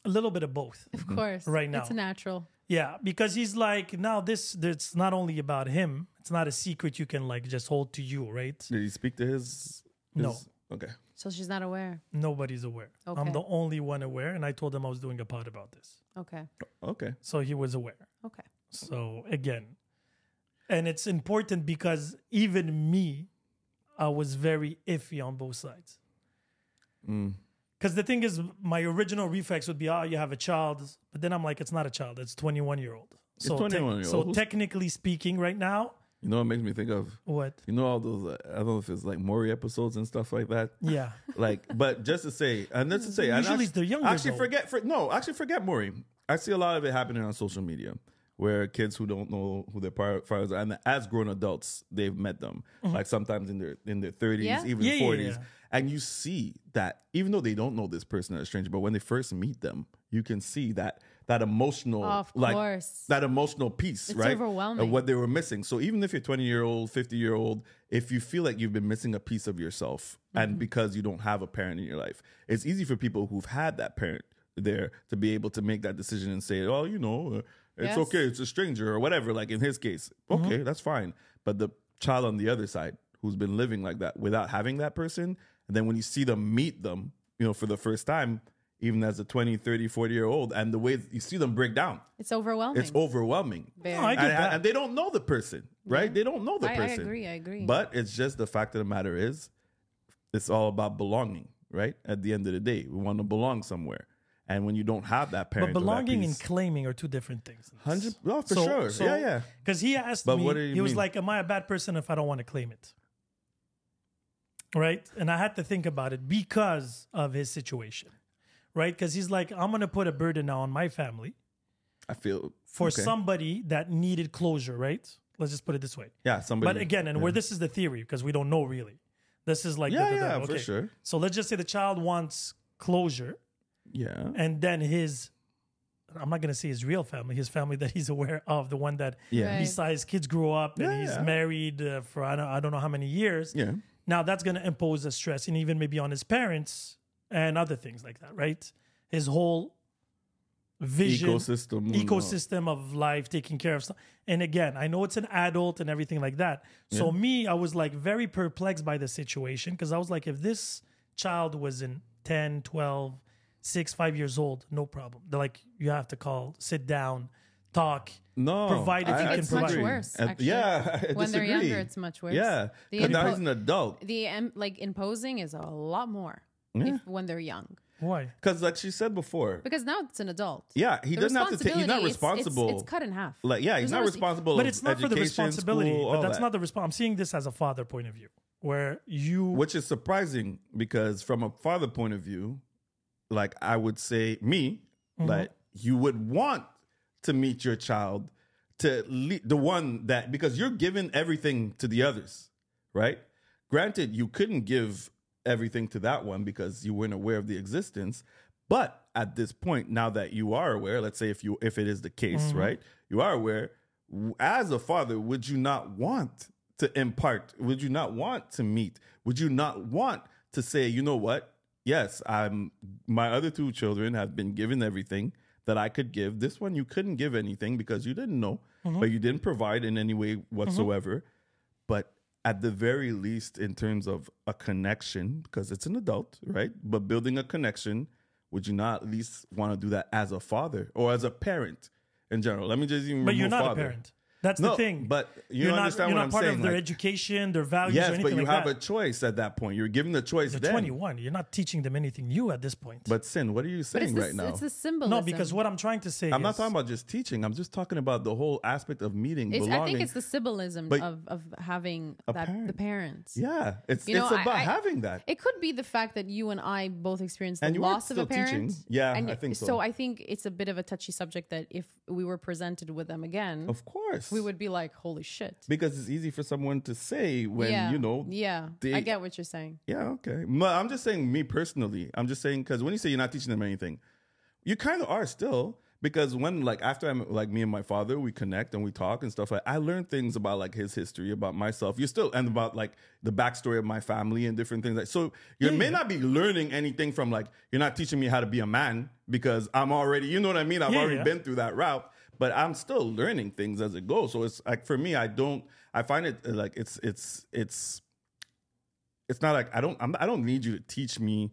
D: a little bit of both.
C: of course
D: Mm-hmm. Right
C: it's
D: now.
C: natural
D: Yeah, because he's like now this. It's not only about him. It's not a secret you can like just hold to you, right?
E: Did he speak to his?
D: No.
E: his- Okay.
C: so she's not aware
D: Nobody's aware. I'm
C: Okay.
D: the only one aware, and I told him I was doing a pod about this,
C: okay
E: Okay.
D: so he was aware.
C: okay
D: So again, and it's important because even me, I was very iffy on both sides.
E: Mm.
D: Because the thing is, my original reflex would be, oh, you have a child, but then I'm like, it's not a child; it's 21 year old. So,
E: 21 year
D: so
E: old.
D: technically speaking, right now,
E: You know what makes me think of?
D: what?
E: You know all those uh, I don't know if it's like Maury episodes and stuff like that.
D: Yeah,
E: Like, but just to say, and just to say, and
D: Usually
E: actu-
D: they're younger,
E: Actually,
D: though.
E: forget for no, actually forget Maury. I see a lot of it happening on social media where kids who don't know who their par- fathers are, and as grown adults, they've met them. Like sometimes in their in their thirties,
C: Yeah.
E: even
D: Mm-hmm. Yeah, yeah,
E: forties,
D: yeah.
E: and you see that even though they don't know this person as a stranger, but when they first meet them, you can see that that emotional,
C: Of
E: like
C: course.
E: that emotional piece,
C: It's
E: right?
C: overwhelming.
E: Of what they were missing. So even if you're 20 year old, 50 year old, if you feel like you've been missing a piece of yourself
C: Mm-hmm.
E: and because you don't have a parent in your life, it's easy for people who've had that parent there to be able to make that decision and say, oh, you know, uh, it's
C: Yes. Mm-hmm.
E: okay, it's a stranger or whatever. Like in his case, okay, that's fine. But the child on the other side who's been living like that without having that person, and then when you see them meet them, you know, for the first time, even as a 20, 30, 40 year old, and the way you see them break down,
C: it's overwhelming
E: it's overwhelming
C: Very.
D: No, I get
E: and,
D: that.
E: and they don't know the person, right? They don't know the
C: I- I
E: person.
C: agree, I agree.
E: But it's just the fact of the matter is, it's all about belonging, right? At the end of the day, we want to belong somewhere, and when you don't have that
D: but
E: parent,
D: belonging and claiming are two different things.
E: hundred, oh for sure, yeah, yeah.
D: Because he asked
E: But
D: me,
E: what do you
D: he was
E: mean?
D: like, "Am I a bad person if I don't want to claim it?" Right, and I had to think about it because of his situation, right? Because he's like, "I'm gonna put a burden now on my family
E: I feel
D: for
E: okay.
D: somebody that needed closure." Right? Let's just put it this way.
E: yeah, somebody.
D: But again, and where this is the theory because we don't know really. This is like
E: Yeah, yeah, for sure.
D: So let's just say the child wants closure,
E: yeah,
D: and then his. I'm not gonna say his real family, his family that he's aware of, the one that
E: yeah,
C: Right.
D: besides kids grew up and
E: Yeah,
D: he's
E: yeah.
D: married uh, for I don't, I don't know how many years
E: yeah.
D: now that's going to impose a stress and even maybe on his parents and other things like that right his whole vision
E: Ecosystem.
D: ecosystem of life taking care of stuff and again i know it's an adult and everything like that so me i was like very perplexed by the situation because i was like if this child was in 10 12 6 5 years old no problem they're like you have to call sit down talk
E: No,
D: provided
E: I-
D: you
E: I
D: can
C: it's much
D: provide
E: disagree.
C: worse.
E: At-
C: Actually.
E: yeah, I
C: when they're younger,
E: disagree.
C: it's much worse.
E: Yeah,
C: The
E: because now
C: impo-
E: he's an adult.
C: the um, like imposing is a lot more if, when they're young
D: why
E: Because like she said before,
C: because now it's an adult.
E: yeah, he
C: The
E: doesn't have to take. He's not
C: responsibility, it's- it's-
E: responsible.
C: It's, cut in half.
E: Like yeah, he's
C: There's
E: not
C: no res-
E: responsible.
D: but
E: of
D: it's not for the
E: education,
D: responsibility
E: school, all
D: but that's
E: that.
D: not the response i'm seeing this as a father point of view where you
E: which is surprising because from a father point of view, like I would say me, like you would want to meet your child to le- the one that because you're giving everything to the others, right? Granted, you couldn't give everything to that one because you weren't aware of the existence, but at this point now that you are aware, let's say if you if it is the case, right? You are aware w- as a father, would you not want to impart? Would you not want to meet? Would you not want to say, you know what? Yes, I'm my other two children have been given everything that I could give. This one you couldn't give anything because you didn't know, but you didn't provide in any way whatsoever. But at the very least, in terms of a connection, because it's an adult, right? But building a connection, would you not at least want to do that as a father or as a parent in general? Let me just even
D: but you're
E: remove
D: not
E: father.
D: a parent that's
E: No,
D: the thing
E: but you
D: you're not,
E: understand
D: you're
E: what
D: not
E: I'm
D: part
E: saying,
D: of their
E: like-
D: education their values or
E: Yes,
D: anything
E: but you
D: like
E: have
D: that.
E: a choice at that point. You're given the choice
D: You're
E: then.
D: 21. You're not teaching them anything new at this point.
E: But Sin, what are you
C: But it's
E: saying
C: the,
E: right now?
C: it's the symbolism.
D: no, because what I'm trying to say,
E: I'm not
D: is-
E: talking about just teaching. I'm just talking about the whole aspect of meeting,
C: It's- I
E: belonging.
C: think it's the symbolism
E: But-
C: of, of having
E: A
C: that, the
E: parent.
C: parents.
E: yeah, it's
C: You know,
E: it's
C: I-
E: about
C: I-
E: having that.
C: It could be the fact that you and I both experienced the
E: And you are
C: loss of a
E: still teaching.
C: parent.
E: Yeah,
C: and
E: I think so.
C: I think it's a bit of a touchy subject that if we were presented with them again,
E: of course,
C: we would be like, "Holy shit!"
E: because it's easy for someone to say when
C: yeah,
E: you know.
C: yeah. I
E: they-
C: get what you're saying.
E: Yeah, okay. But I'm just saying, me personally, I'm just saying because when you say you're not teaching them anything, you kind of are still. Because when like after I'm like me and my father, we connect and we talk and stuff. Like I learned things about like his history, about myself. You're still and about like the backstory of my family and different things. Like so, you may not be learning anything from like you're not teaching me how to be a man because I'm already, you know what I mean. I've
D: Yeah,
E: already
D: yeah.
E: been been through that route, but I'm still learning things as it goes. So it's like for me, I don't. I find it uh, like it's it's it's it's not like I don't I'm, I don't need you to teach me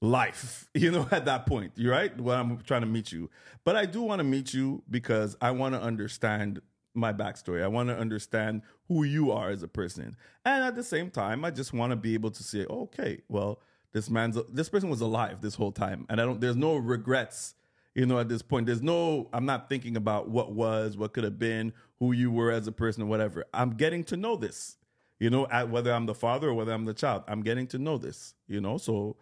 E: life. You know, at that point, you right when I'm trying to meet you, but I do want to meet you because I want to understand my backstory. I want to understand who you are as a person, and at the same time, I just want to be able to say, okay, well. This man's this person was alive this whole time, and I don't. There's no regrets you know, at this point, there's no, I'm not thinking about what was, what could have been, who you were as a person, or whatever. I'm getting to know this, you know, at, whether I'm the father or whether I'm the child. I'm getting to know this, you know, so,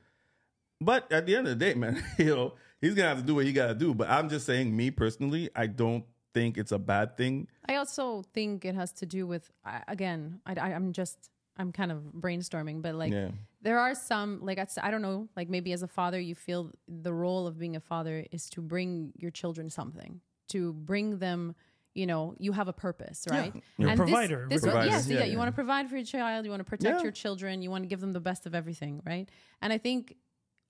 E: but at the end of the day, man, you know, he's going to have to do what he got to do. But I'm just saying, me personally, I don't think it's a bad thing.
C: I also think it has to do with I- again. I, I, am just I'm kind of brainstorming, but like
E: Yeah.
C: there are some like I s- I don't know like maybe as a father you feel the role of being a father is to bring your children something to bring them. You know, you have a purpose, right?
D: You're a
C: this-
D: provider,
C: This,
E: Provider,
C: yes,
E: yeah,
C: yeah,
E: yeah.
C: You want to provide for your child. You want to protect
E: Yeah.
C: your children. You want to give them the best of everything, right? And I think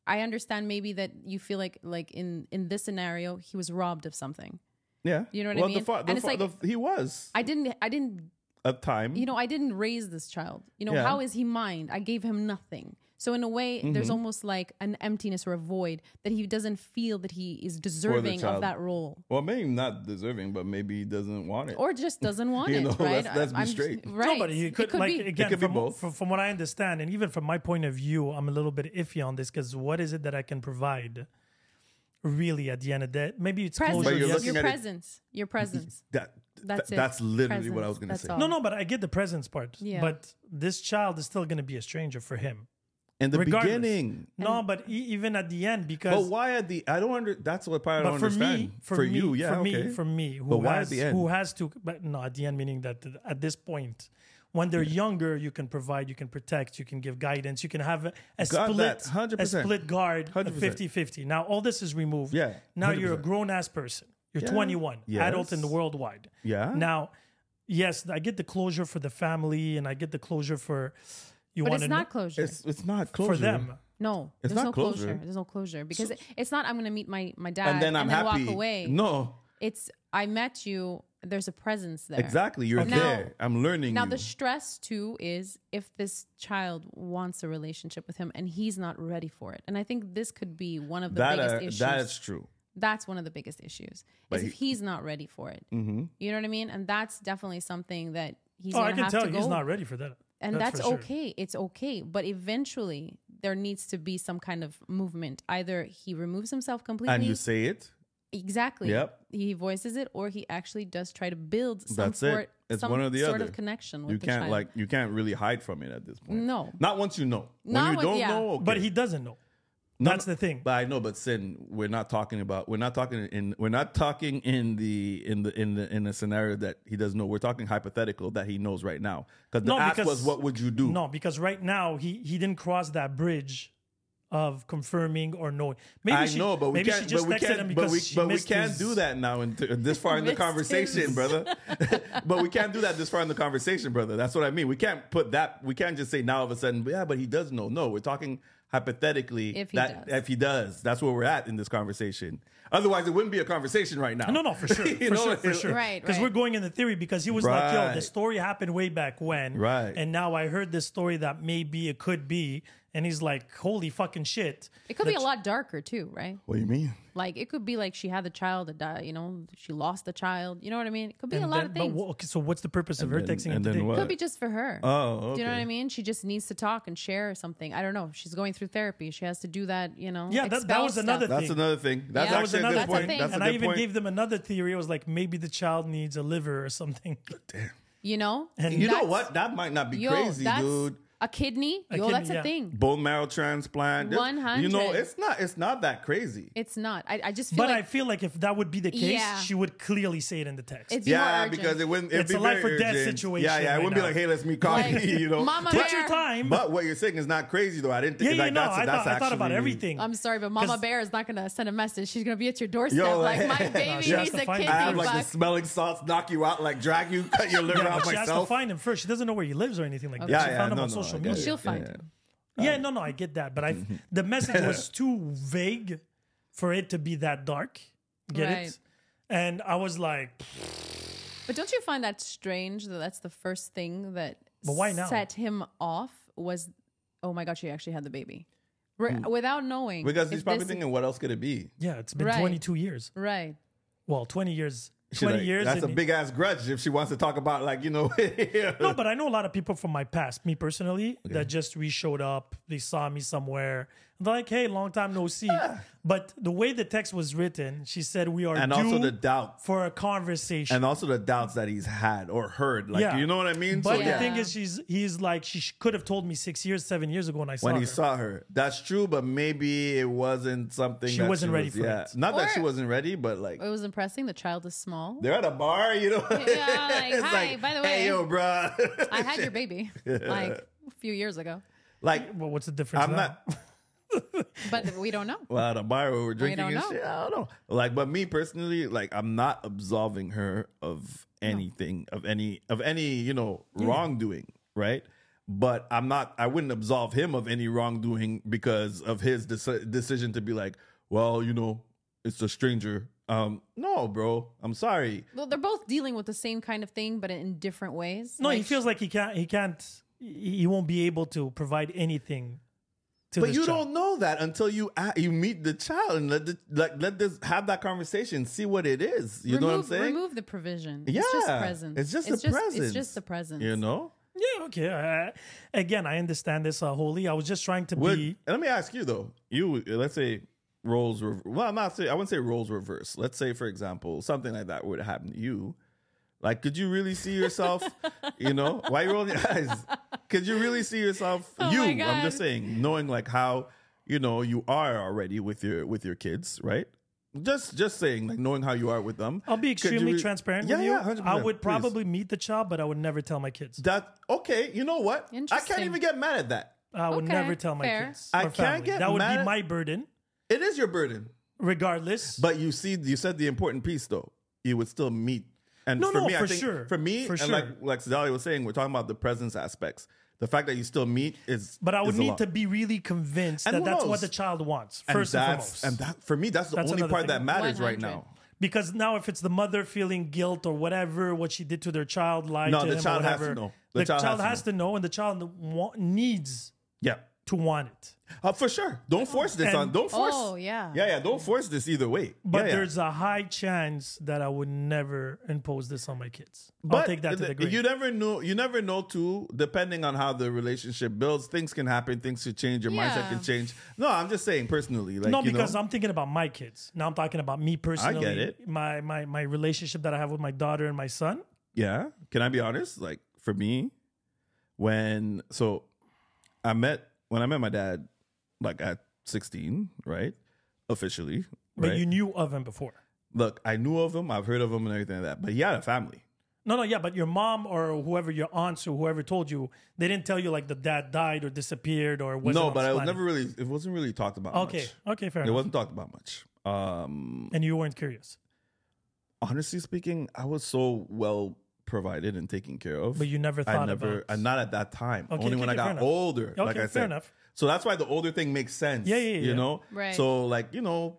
C: I understand maybe that you feel like like in in this scenario he was robbed of something.
E: Yeah.
C: You know what I
E: well, The
C: mean?
E: fa- the
C: And it's
E: fa-
C: like-
E: the- he was
C: I didn't I didn't
E: a time.
C: you know, I didn't raise this child. You know,
E: Yeah. Mm-hmm.
C: how is he mine? I gave him nothing. So in a way, there's almost like an emptiness or a void that he doesn't feel that he is deserving of
E: child.
C: that role.
E: well, maybe not deserving, but maybe he doesn't want it.
C: Or just doesn't want
E: You
C: it,
E: know,
C: right?
E: let's- let's be
C: I'm just-
E: straight. No,
C: right.
D: No, but you
C: It
D: could, like
C: be-
D: again
E: could be
D: from,
E: both.
D: from from what I understand, and even from my point of view, I'm a little bit iffy on this because what is it that I can provide? Really, at the end of the day, maybe it's
C: presence.
E: But
D: closure.
E: you're
D: yes.
E: looking
C: your
E: at it-
C: presence. Your presence.
E: that,
C: That's
E: th-
C: it.
E: that's literally what
C: Presence.
E: I was going to
C: That's
E: say.
C: all.
D: No, no, but I get the presence part.
C: Yeah.
D: But this child is still going to be a stranger for him.
E: In the
D: regardless.
E: beginning,
D: No, but e- even at the end, because
E: But why at the? I don't under. That's what part I don't
D: but for
E: understand.
D: me,
E: for,
D: for, me,
E: you, yeah,
D: for
E: okay.
D: me, for me, who
E: But why at
D: has,
E: the end?
D: who has to, but no, at the end, meaning that th- at this point, when they're younger, you can provide, you can protect, you can give guidance, you can have a, a
E: Got
D: split,
E: that,
D: a
E: 100%.
D: split guard,
E: 100%.
D: 50 50. Now, all this is removed.
E: Yeah,
D: Now you're a
E: 100%.
D: grown ass person. You're
E: Yeah.
D: 21, adult in the
E: Yes.
D: world wide.
E: Yeah.
D: Now, yes, I get the closure for the family and I get the closure for you
C: But
D: want
C: it's
D: to
C: not closure.
E: it's it's not closure
D: for them.
C: No, there's
E: It's not
C: no closure.
E: closure.
C: There's no closure because it, it's not. I'm gonna meet my my dad
E: and then I'm happy.
C: walk away.
E: No,
C: it's I met you. There's a presence there.
E: exactly. You're
C: Now-
E: there. I'm learning.
C: Now
E: you.
C: the stress too is if this child wants a relationship with him and he's not ready for it. And I think this could be one of the
E: that
C: biggest
E: uh,
C: issues.
E: that's true.
C: that's one of the biggest issues
E: But Mm-hmm.
C: is if he's not ready for it. You know what I mean? And that's definitely something that he's
D: Oh,
C: gonna
D: I can
C: have
D: tell
C: to go.
D: he's not ready for that.
C: and that's,
D: for sure.
C: okay. It's okay. But eventually there needs to be some kind of movement. Either he removes himself completely.
E: And you say it.
C: Exactly.
E: Yep.
C: He voices it, or he actually does try to build some
E: That's it.
C: sort,
E: It's
C: some
E: one or the
C: sort
E: other.
C: of connection with
E: You
C: the
E: can't
C: child.
E: like you can't really hide from it at this point.
C: No.
E: Not once you know. When
C: Not
E: you
C: when-
E: don't
C: yeah.
E: know, okay.
D: But he doesn't know.
E: No,
D: That's
E: no,
D: the thing.
E: But I know, but sin, we're not talking about we're not talking in we're not talking in the in the in the in the scenario that he doesn't know. We're talking hypothetical that he knows right now. Because the
D: No,
E: ask
D: because-
E: was what would you do?
D: No, because right now he he didn't cross that bridge of confirming or knowing. Maybe
E: I
D: she,
E: know, but we
D: maybe
E: can't.
D: she just
E: but we
D: texted him
E: can't.
D: because
E: But we,
D: she
E: but we
D: missed
E: can't
D: his-
E: do that now. And this far in the
C: Missed
E: conversation,
C: his-
E: brother. but we can't do that this far in the conversation, brother. That's what I mean. We can't put that. We can't just say now all of a sudden. Yeah, but he does know. No, we're talking hypothetically.
C: If he
E: that,
C: does.
E: if he does, that's where we're at in this conversation. Otherwise, it wouldn't be a conversation right now.
D: No, no, for sure,
E: You
D: for
E: know,
D: sure, for
E: it-
D: sure.
C: Right,
D: Because
C: right.
D: we're going in the theory because he was like, "Yo,
E: Right.
D: the story happened way back when."
E: Right.
D: And now I heard this story that maybe it could be, and he's like, "Holy fucking shit!"
C: It could be a lot darker too, right?
E: What do you mean?
C: Like it could be like she had the child that died, you know, she lost the child. You know what I mean? It could be a
D: And
C: lot
D: then-
C: of
D: but
C: things.
D: wha- okay, so what's the purpose of her
E: then-
D: texting him
E: and then
D: today?
E: what?
C: could be just for her.
E: Oh,
C: Do you know what
E: okay.
C: I mean? She just needs to talk and share something. I don't know. She's going through therapy. She has to do that, you know.
D: Yeah, that- that
C: expel
D: was another
C: stuff.
E: That's
D: thing.
E: another thing. That's
C: Yeah. That was
E: actually a good
C: another
E: point.
C: thing.
E: That's a
D: and
E: good
D: I even
E: point.
D: gave them another theory. I was like, maybe the child needs a liver or something.
C: You know?
D: And
E: you know
C: That's-
E: what? That might not be
C: Yo,
E: crazy,
C: that's
E: dude.
C: a kidney.
D: A
C: Yo,
D: kidney,
C: that's a
D: yeah.
C: thing.
E: Bone marrow transplant. You know,
C: 100.
E: it's not. It's not that crazy.
C: It's not. I, I just feel
D: but
C: like
D: I feel like if that would be the case,
C: Yeah.
D: she would clearly say it in the text.
C: it's more
E: Yeah,
C: urgent.
E: because it wouldn't. It'd
D: It's
E: be
D: a life
E: very
D: or death
E: urgent.
D: situation
E: Yeah, yeah. it
D: right
E: wouldn't be
D: now.
E: like, hey, let's meet coffee.
C: Like,
E: you know,
C: Mama
D: Take
C: Bear.
D: your time.
E: But what you're saying is not crazy, though. I didn't
D: yeah,
E: think.
D: yeah,
E: like,
D: no,
E: that's,
D: I
E: that's
D: thought, I thought about
E: actually-
D: everything.
C: I'm sorry, but Mama
D: 'Cause-
C: Bear is not gonna send a message. She's gonna be at your doorstep,
E: Yo,
C: like my
E: like-
C: baby
D: she has
C: needs
D: to
C: a
D: find
C: kidney.
E: I have like the
C: fuck.
E: smelling salts, knock you out, like drag you, cut your liver
D: yeah,
E: out
D: but she has to
E: myself.
D: find him first. She doesn't know where he lives or anything like that.
E: yeah,
D: she
E: yeah,
D: found him
E: no,
D: on
E: no,
D: social
E: I get Mm-hmm. it.
D: media.
C: She'll find
E: yeah.
C: him.
D: Yeah, no, no, I get that, but I the message was too vague for it to be that dark. Get
C: Right.
D: it? And I was like,
C: But don't you find that strange that that's the first thing that
D: But why now?
C: set him off was, oh my God, she actually had the baby. Re-
D: Hmm.
C: Without knowing.
E: Because
C: if
E: he's probably
C: this-
E: thinking, what else could it be?
D: yeah, it's been
C: Right.
D: 22 years.
C: Right.
D: Well, 20 years,
E: She's
D: 20
E: like,
D: years.
E: That's a
D: and-
E: big ass grudge if she wants to talk about, like, you know.
D: No, but I know a lot of people from my past, me personally, that just re showed up. They saw me somewhere. They're like, hey, long time no see. but the way the text was written, she said, we are
E: Ah. And
D: due
E: also the doubt.
D: for a conversation.
E: And also the doubts that he's had or heard. Like,
D: Yeah.
E: you know what I mean?
D: but
E: so,
D: the
E: yeah.
D: thing is, she's he's like, she sh- could have told me six years, seven years ago when I saw
E: when
D: her.
E: he saw her. That's true, but maybe it wasn't something
D: She
E: that
D: wasn't ready
E: was-
D: for
E: yeah.
D: it.
E: Not that she
C: Or-
E: wasn't ready, but like
C: It was impressing. The child is small.
E: they're at a bar, you know.
C: Yeah, like,
E: It's
C: hi, by the way,
E: hey yo, bruh.
C: I had your baby like a few years ago,
E: like
D: well, what's the difference?
E: I'm
D: now?
E: not
C: but we don't know.
E: well at a bar where we're drinking
C: don't
E: and
C: know.
E: shit. I don't know. Like, but me personally, like I'm not absolving her of anything, of any of any, you know, wrongdoing, right? But I'm not I wouldn't absolve him of any wrongdoing because of his deci- decision to be like, well, you know, it's a stranger. Um, no, bro. I'm sorry.
C: Well, they're both dealing with the same kind of thing, but in different ways.
D: No, he
C: Like,
D: feels like he can't. He can't. He he won't be able to provide anything to
E: But
D: this
E: you
D: child.
E: don't know that until you a- you meet the child and let the, like let this have that conversation, see what it is. You
C: remove,
E: know what I'm saying?
C: Remove the provision.
E: yeah,
C: It's just presence.
E: It's just the presence.
C: It's just the presence.
E: You know.
D: Yeah. Okay. I, again, I understand this uh, wholly. I was just trying to
E: Would,
D: be.
E: let me ask you though. You let's say roles. Re- well, I'm not saying I wouldn't say roles reverse. Let's say, for example, something like that would happen to you. Like, could you really see yourself? you know, why you rolling your eyes? Could you really see yourself?
C: Oh
E: you,
C: my
E: I'm just
C: God.
E: saying, knowing like how you know you are already with your with your kids, right? Just just saying, like knowing how you are with them.
D: I'll be
E: Could you
D: extremely
E: re-
D: transparent
E: Yeah,
D: with you.
E: yeah, 100%,
D: I would
E: please.
D: probably meet the child, but I would never tell my kids.
E: that. Okay, you know what? I can't
C: Interesting.
E: even get mad at that.
D: I would
C: Okay,
D: never tell my
C: fair.
D: kids.
E: I
D: or
E: can't
D: family.
E: get
D: That would
E: mad
D: be
E: at-
D: my burden,
E: It is your burden.
D: regardless.
E: But you see, you said the important piece though. You would still meet. And
D: No,
E: for
D: no,
E: me, I
D: for
E: think
D: sure.
E: for me,
D: For
E: and
D: sure.
E: like like Zedalia was saying, we're talking about the presence aspects. The fact that you still meet is.
D: But I would
E: is a
D: need
E: lot.
D: to be really convinced
E: And
D: that
E: who
D: that's
E: knows?
D: what the child wants
E: And
D: first and,
E: that's
D: foremost.
E: and that for me that's the
D: That's
E: only
D: another
E: part
D: thing.
E: that matters right now.
C: 100.
D: because now if it's the mother feeling guilt or whatever what she did to their child lied
E: No,
D: to
E: the
D: him
E: child
D: or
E: has to
D: whatever
E: know.
D: the, child, has to know. and the child wa- needs
E: Yeah,
D: to want it
E: uh, for sure. Don't force this
D: And-
E: on. Don't force.
C: Oh, yeah.
E: Yeah, yeah. Don't force this either way.
D: but
E: Yeah, yeah.
D: there's a high chance that I would never impose this on my kids I'll take that to the
E: th-
D: grave
E: You never know. You never know too. Depending on how the relationship builds, things can happen. Things could change. Your mindset
C: Yeah.
E: can change. No, I'm just saying personally. Like,
D: no
E: you
D: because
E: know,
D: I'm thinking about my kids now I'm talking about me personally
E: it.
D: my my my relationship that I have with my daughter and my son
E: yeah. Can I be honest? Like for me, when so I met when I met my dad, like at 16, right? Officially,
D: but
E: right?
D: you knew of him before
E: Look, I knew of him. I've heard of him and everything like that. But he had a family.
D: No, no, yeah, but your mom or whoever, your aunts or whoever told you, they didn't tell you like the dad died or disappeared or was
E: no, but I was never really. It wasn't really talked about.
D: Okay,
E: much.
D: okay, fair
E: It
D: enough.
E: wasn't talked about much. Um,
D: and you weren't curious,
E: honestly speaking, I was so well provided and taken care of.
D: but you never
E: I
D: thought
E: never,
D: about.
E: and not at that time.
D: Okay,
E: Only
D: okay,
E: when I
D: okay, fair
E: got
D: enough.
E: older,
D: Okay,
E: like I
D: fair
E: said.
D: enough.
E: So that's why the older thing makes sense.
D: Yeah, yeah, yeah,
E: You
D: yeah.
E: know,
C: Right.
E: So like you know,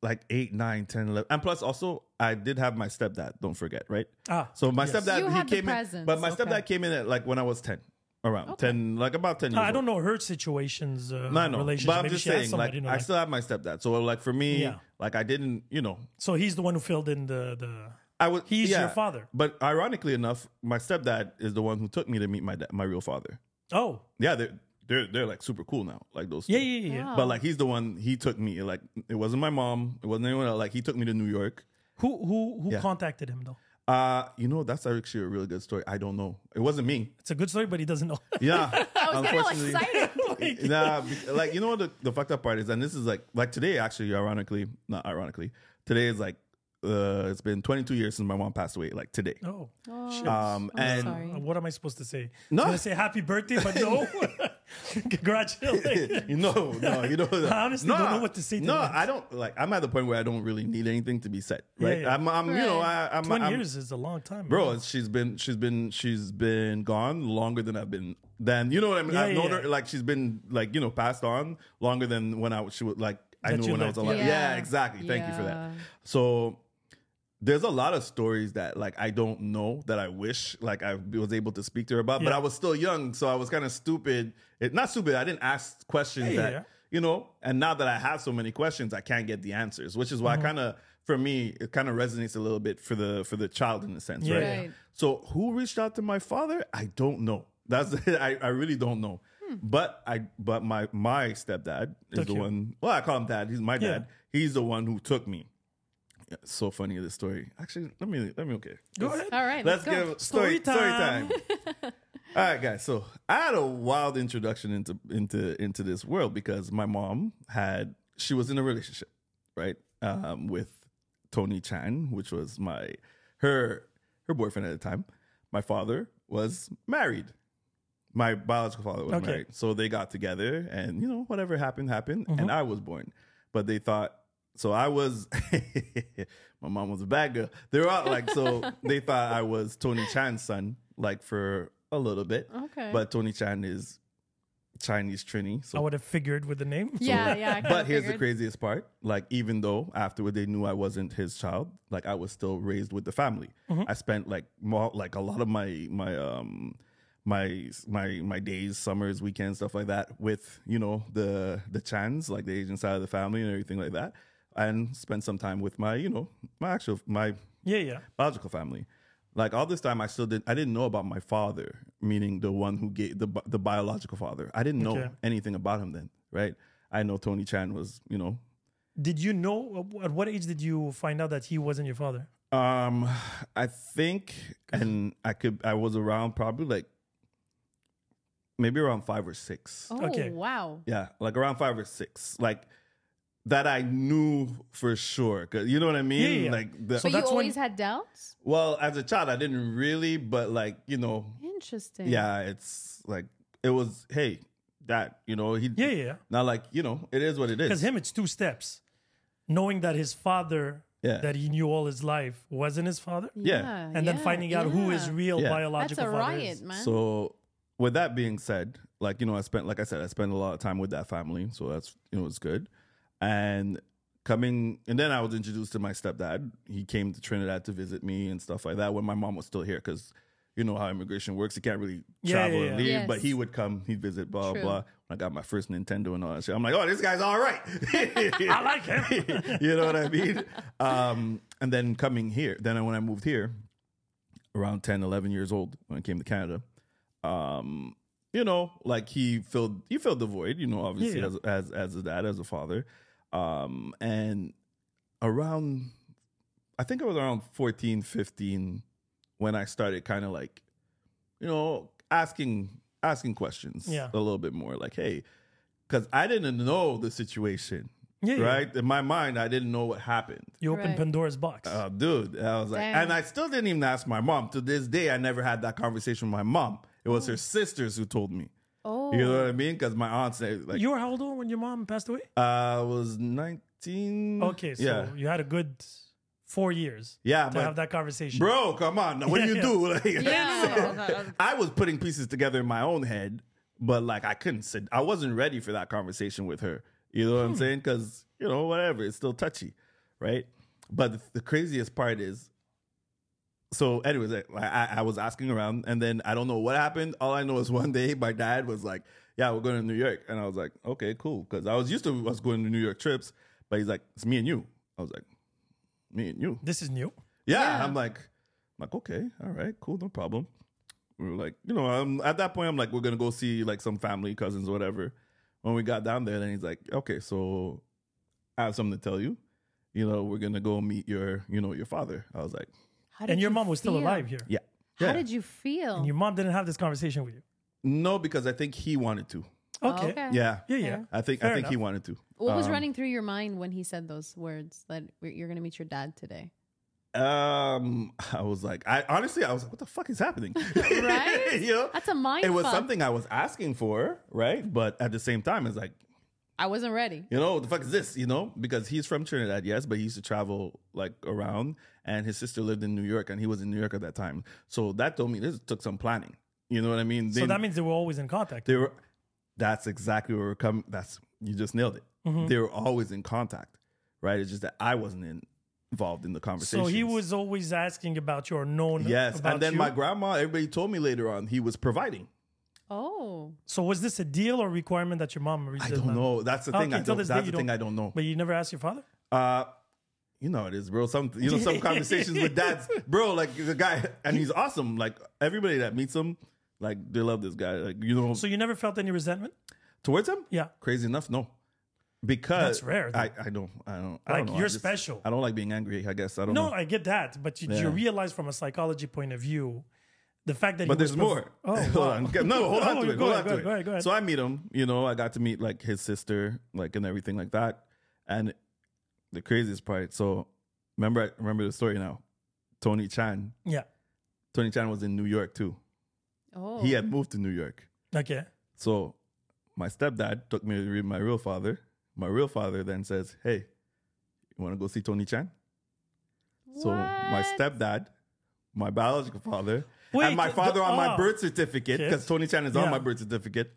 E: like eight, nine, ten, eleven, and plus also I did have my stepdad. Don't forget, right?
D: Ah,
E: So my
D: yes.
E: stepdad,
C: You
E: he
C: had the
E: came in,
C: presence,
E: but my
C: okay.
E: stepdad came in at like when I was ten, around ten, like about ten years.
D: I
E: old.
D: don't know her situations, uh,
E: No, I know.
D: relationship.
E: But I'm
D: Maybe
E: just
D: she has
E: saying,
D: somebody,
E: like,
D: you know,
E: I
D: like-
E: still have my stepdad. So, like, for me,
D: Yeah.
E: like, I didn't, you know,
D: so he's the one who filled in the the.
E: I was.
D: He's your
E: yeah.
D: father.
E: But ironically enough, my stepdad is the one who took me to meet my da- my real father.
D: Oh,
E: Yeah, they're they're they're like super cool now. Like those.
D: yeah,
E: two.
D: yeah, yeah. yeah.
E: But like he's the one he took me. Like it wasn't my mom. It wasn't anyone else. Like he took me to New York.
D: Who who who
E: Yeah.
D: contacted him though?
E: Uh, you know that's actually a really good story. I don't know. It wasn't me.
D: It's a good story, but he doesn't know.
E: Yeah.
C: I was Oh, getting all excited.
E: nah, be- like you know what the, the fucked up part is, and this is like like today actually, ironically, not ironically, today is like uh, it's been 22 years since my mom passed away, like today.
D: oh, Uh,
E: Um,
C: I'm
E: and
C: sorry.
D: what am I supposed to say?
E: No.
D: I'm gonna say happy birthday, but no. Congratulations.
E: you know, no, you know,
D: I honestly don't know what to say to
E: No,
D: that.
E: I don't like. I'm at the point where I don't really need anything to be said.
D: Yeah,
E: Right?
D: yeah.
E: I'm, I'm, you know, I, I'm
D: 20
E: I'm-
D: years is a long time,
E: Bro, it's- she's been she's been she's been gone longer than I've been. Than you know what I mean?
D: Yeah,
E: I've
D: yeah,
E: known
D: yeah.
E: her like she's been like you know passed on longer than when I was- she was like I
D: That
E: knew
D: you
E: when I was
D: lived,
E: alive. Yeah,
C: yeah. Yeah.
E: exactly. Thank you for that.
C: Yeah.
E: So there's a lot of stories that like I don't know that I wish like I was able to speak to her about, but
D: Yeah.
E: I was still young, so I was kind of stupid. It, not stupid. I didn't ask questions
D: Yeah,
E: that
D: yeah.
E: you know. And now that I have so many questions, I can't get the answers, which is why
D: Mm-hmm.
E: I kind of for me it kind of resonates a little bit for the for the child in a sense,
D: Yeah,
E: right?
D: yeah.
C: Right.
E: So who reached out to my father? I don't know. That's I, I really don't know. But I but my my stepdad is
D: Hmm. Took
E: the
D: you.
E: one. Well, I call him dad. He's my
D: Yeah.
E: dad. He's the one who took me. Yeah, it's so funny this story. Actually, let me let me okay.
D: Go ahead.
C: All right,
E: Let's
C: let's, go.
E: give story,
D: Story
E: story time.
D: time.
E: All right, guys. So I had a wild introduction into into into this world because my mom had she was in a relationship, right, um, with Tony Chan, which was my her her boyfriend at the time. My father was married. My biological father was
D: Okay.
E: married, so they got together, and you know whatever happened happened, and I was born. But they thought so. I was my mom was a bad girl. They were all like so. they thought I was Tony Chan's son, like for a little bit.
C: Okay.
E: But Tony Chan is Chinese Trini,
D: I
E: so
D: would have figured with the name.
C: yeah, yeah. I kinda
E: but here's the
C: figured.
E: craziest part. Like, even though afterward they knew I wasn't his child, like I was still raised with the family.
C: Mm-hmm.
E: I spent like more, like a lot of my my um my my my days, summers, weekends, stuff like that with you know the the Chans, like the Asian side of the family and everything like that, and spent some time with my you know my actual my
D: Yeah, yeah.
E: biological family. Like all this time, I still didn't. I didn't know about my father, meaning the one who gave the bi- the biological father. I didn't know
D: Okay.
E: anything about him then, right? I know Tony Chan was, you know,
D: Did you know uh, at what age did you find out that he wasn't your father?
E: um, I think, and I could, I was around probably like maybe around five or six.
C: Oh
D: Okay.
C: wow.
E: Yeah, like around five or six, like that I knew for sure. Cause you know what I mean?
D: Yeah, yeah.
E: Like, the,
C: but you
D: that's when-
C: always had doubts.
E: well, as a child, I didn't really, but like you know,
C: Interesting.
E: yeah, it's like it was. Hey, that you know he.
D: Yeah, yeah.
E: Not like you know, it is what it
D: Because
E: is.
D: him, it's two steps. Knowing that his father,
E: Yeah.
D: that he knew all his life, wasn't his father,
E: Yeah.
D: and then finding out who his
C: yeah.
D: real
E: Yeah. That's a
D: biological
C: That's a
D: father
C: riot,
D: is.
C: man.
E: So with that being said, like you know, I spent like I said, I spent a lot of time with that family, so that's you know, it's good. And coming, and then I was introduced to my stepdad. He came to Trinidad to visit me and stuff like that when my mom was still here, because you know how immigration works. You can't really
D: Yeah,
E: travel
D: yeah,
E: and
D: yeah.
E: leave,
C: Yes.
E: but he would come, he'd visit, blah
C: True.
E: blah. When I got my first Nintendo and all that shit, I'm like, oh, this guy's all right.
D: I like him.
E: you know what I mean? Um, and then coming here, then when I moved here, around 10, 11 years old, when I came to Canada, um, you know, like he filled he filled the void, you know, obviously
D: Yeah.
E: as as as a dad, as a father, um, and around I think I was around 14, 15 when I started kind of like, you know, asking asking questions
D: Yeah.
E: a little bit more, like, hey, because I didn't know the situation
D: Yeah, yeah.
E: right? In my mind, I didn't know what happened.
D: You open
C: Right.
D: Pandora's box.
E: Uh, dude, I was like,
C: Damn.
E: and I still didn't even ask my mom. To this day, I never had that conversation with my mom. It was her sisters who told me.
C: Oh,
E: You know what I mean? Because my aunt said, like,
D: you were how old when your mom passed away?
E: I was 19.
D: Okay, so
E: yeah.
D: you had a good four years
E: Yeah,
D: to
E: but-
D: have that conversation.
E: Bro, come on. Now, what do
D: Yeah,
E: you
D: yeah.
E: do? Like,
C: Yeah.
E: I was putting pieces together in my own head, but like I couldn't sit. I wasn't ready for that conversation with her. You know what I'm saying? Because you know whatever, it's still touchy, right? But the, the craziest part is, so anyways, I, I, I was asking around, and then I don't know what happened. All I know is one day my dad was like, "Yeah, we're going to New York," and I was like, "Okay, cool," because I was used to us going to New York trips, but he's like, "It's me and you." I was like, "Me and you."
D: This is new.
E: Yeah.
C: Yeah.
E: I'm like, I'm like, okay, all right, cool, no problem. We were like, you know, um at that point, I'm like, we're gonna go see like some family, cousins, whatever. When we got down there, then he's like, okay, so I have something to tell you. You know, we're gonna go meet your, you know, your father. I was like,
C: How did
D: And your
C: you
D: mom was still
C: feel?
D: alive here.
E: yeah,
C: How
E: yeah.
C: did you feel?
D: And your mom didn't have this conversation with you.
E: no, because I think he wanted to.
D: Okay.
C: Oh, okay.
E: Yeah,
D: Yeah, yeah.
C: Fair.
E: I think I
D: Fair
E: think he
D: enough.
E: wanted to.
C: What was
E: Um,
C: running through your mind when he said those words that we're- you're going to meet your dad today?
E: Um, I was like, I honestly, I was like, what the fuck is happening?
C: Right?
E: you know,
C: That's a mind
E: it was
C: fuck.
E: something I was asking for, right? But at the same time, it's like,
C: I wasn't ready.
E: you know, what the fuck is this? You know, because he's from Trinidad, yes, but he used to travel like around, and his sister lived in New York, and he was in New York at that time. So that told me this took some planning. You know what I mean?
D: So
E: They-
D: that means they were always in contact.
E: they were. That's exactly where we're coming. That's you just nailed it.
D: Mm-hmm.
E: They were always in contact, right? It's just that I wasn't in, involved in the conversation.
D: So he was always asking about your known.
E: Yes,
D: about
E: and then
D: you.
E: my grandma. Everybody told me later on he was providing.
C: Oh,
D: So was this a deal or requirement that your mom?
E: I don't know. That's the thing. I
D: until
E: don't,
D: this
E: that's
D: day
E: the
D: you
E: thing I don't know.
D: But you never asked your father.
E: Uh, you know how it is, bro. Some you know some conversations with dads, bro. Like the guy, and he's awesome. Like everybody that meets him, like they love this guy. Like you know,
D: So you never felt any resentment.
E: towards him.
D: Yeah.
E: Crazy enough, no. Because
D: That's rare, though.
E: I, I don't. I don't. I
D: Like,
E: don't know. I
D: you're
E: just-
D: special.
E: I don't like being angry. I guess I don't
D: No,
E: know.
D: I get that, but you, you
E: Yeah.
D: realize from a psychology point of view, the fact that. he
E: But
D: was
E: there's
D: prof-
E: more.
D: Oh,
E: hold
D: wow.
E: on. Okay, No, hold on
D: Oh,
E: to it.
D: go ahead,
E: Hold on
D: go
E: to
D: ahead,
E: it.
D: go ahead, go ahead.
E: So I meet him. You know, I got to meet like his sister, like and everything like that. And the craziest part. So remember, I remember the story now. Tony Chan.
D: yeah.
E: Tony Chan was in New York too.
C: oh,
E: He had moved to New York.
D: Okay.
E: So my stepdad took me to read my real father. My real father then says, "Hey, you want to go see Tony Chan?" So my
C: What?
E: stepdad, my biological father,
D: Wait,
E: and my
D: th-
E: father on
D: oh.
E: my birth certificate
D: Okay.
E: because Tony Chan is
D: Yeah.
E: on my birth certificate.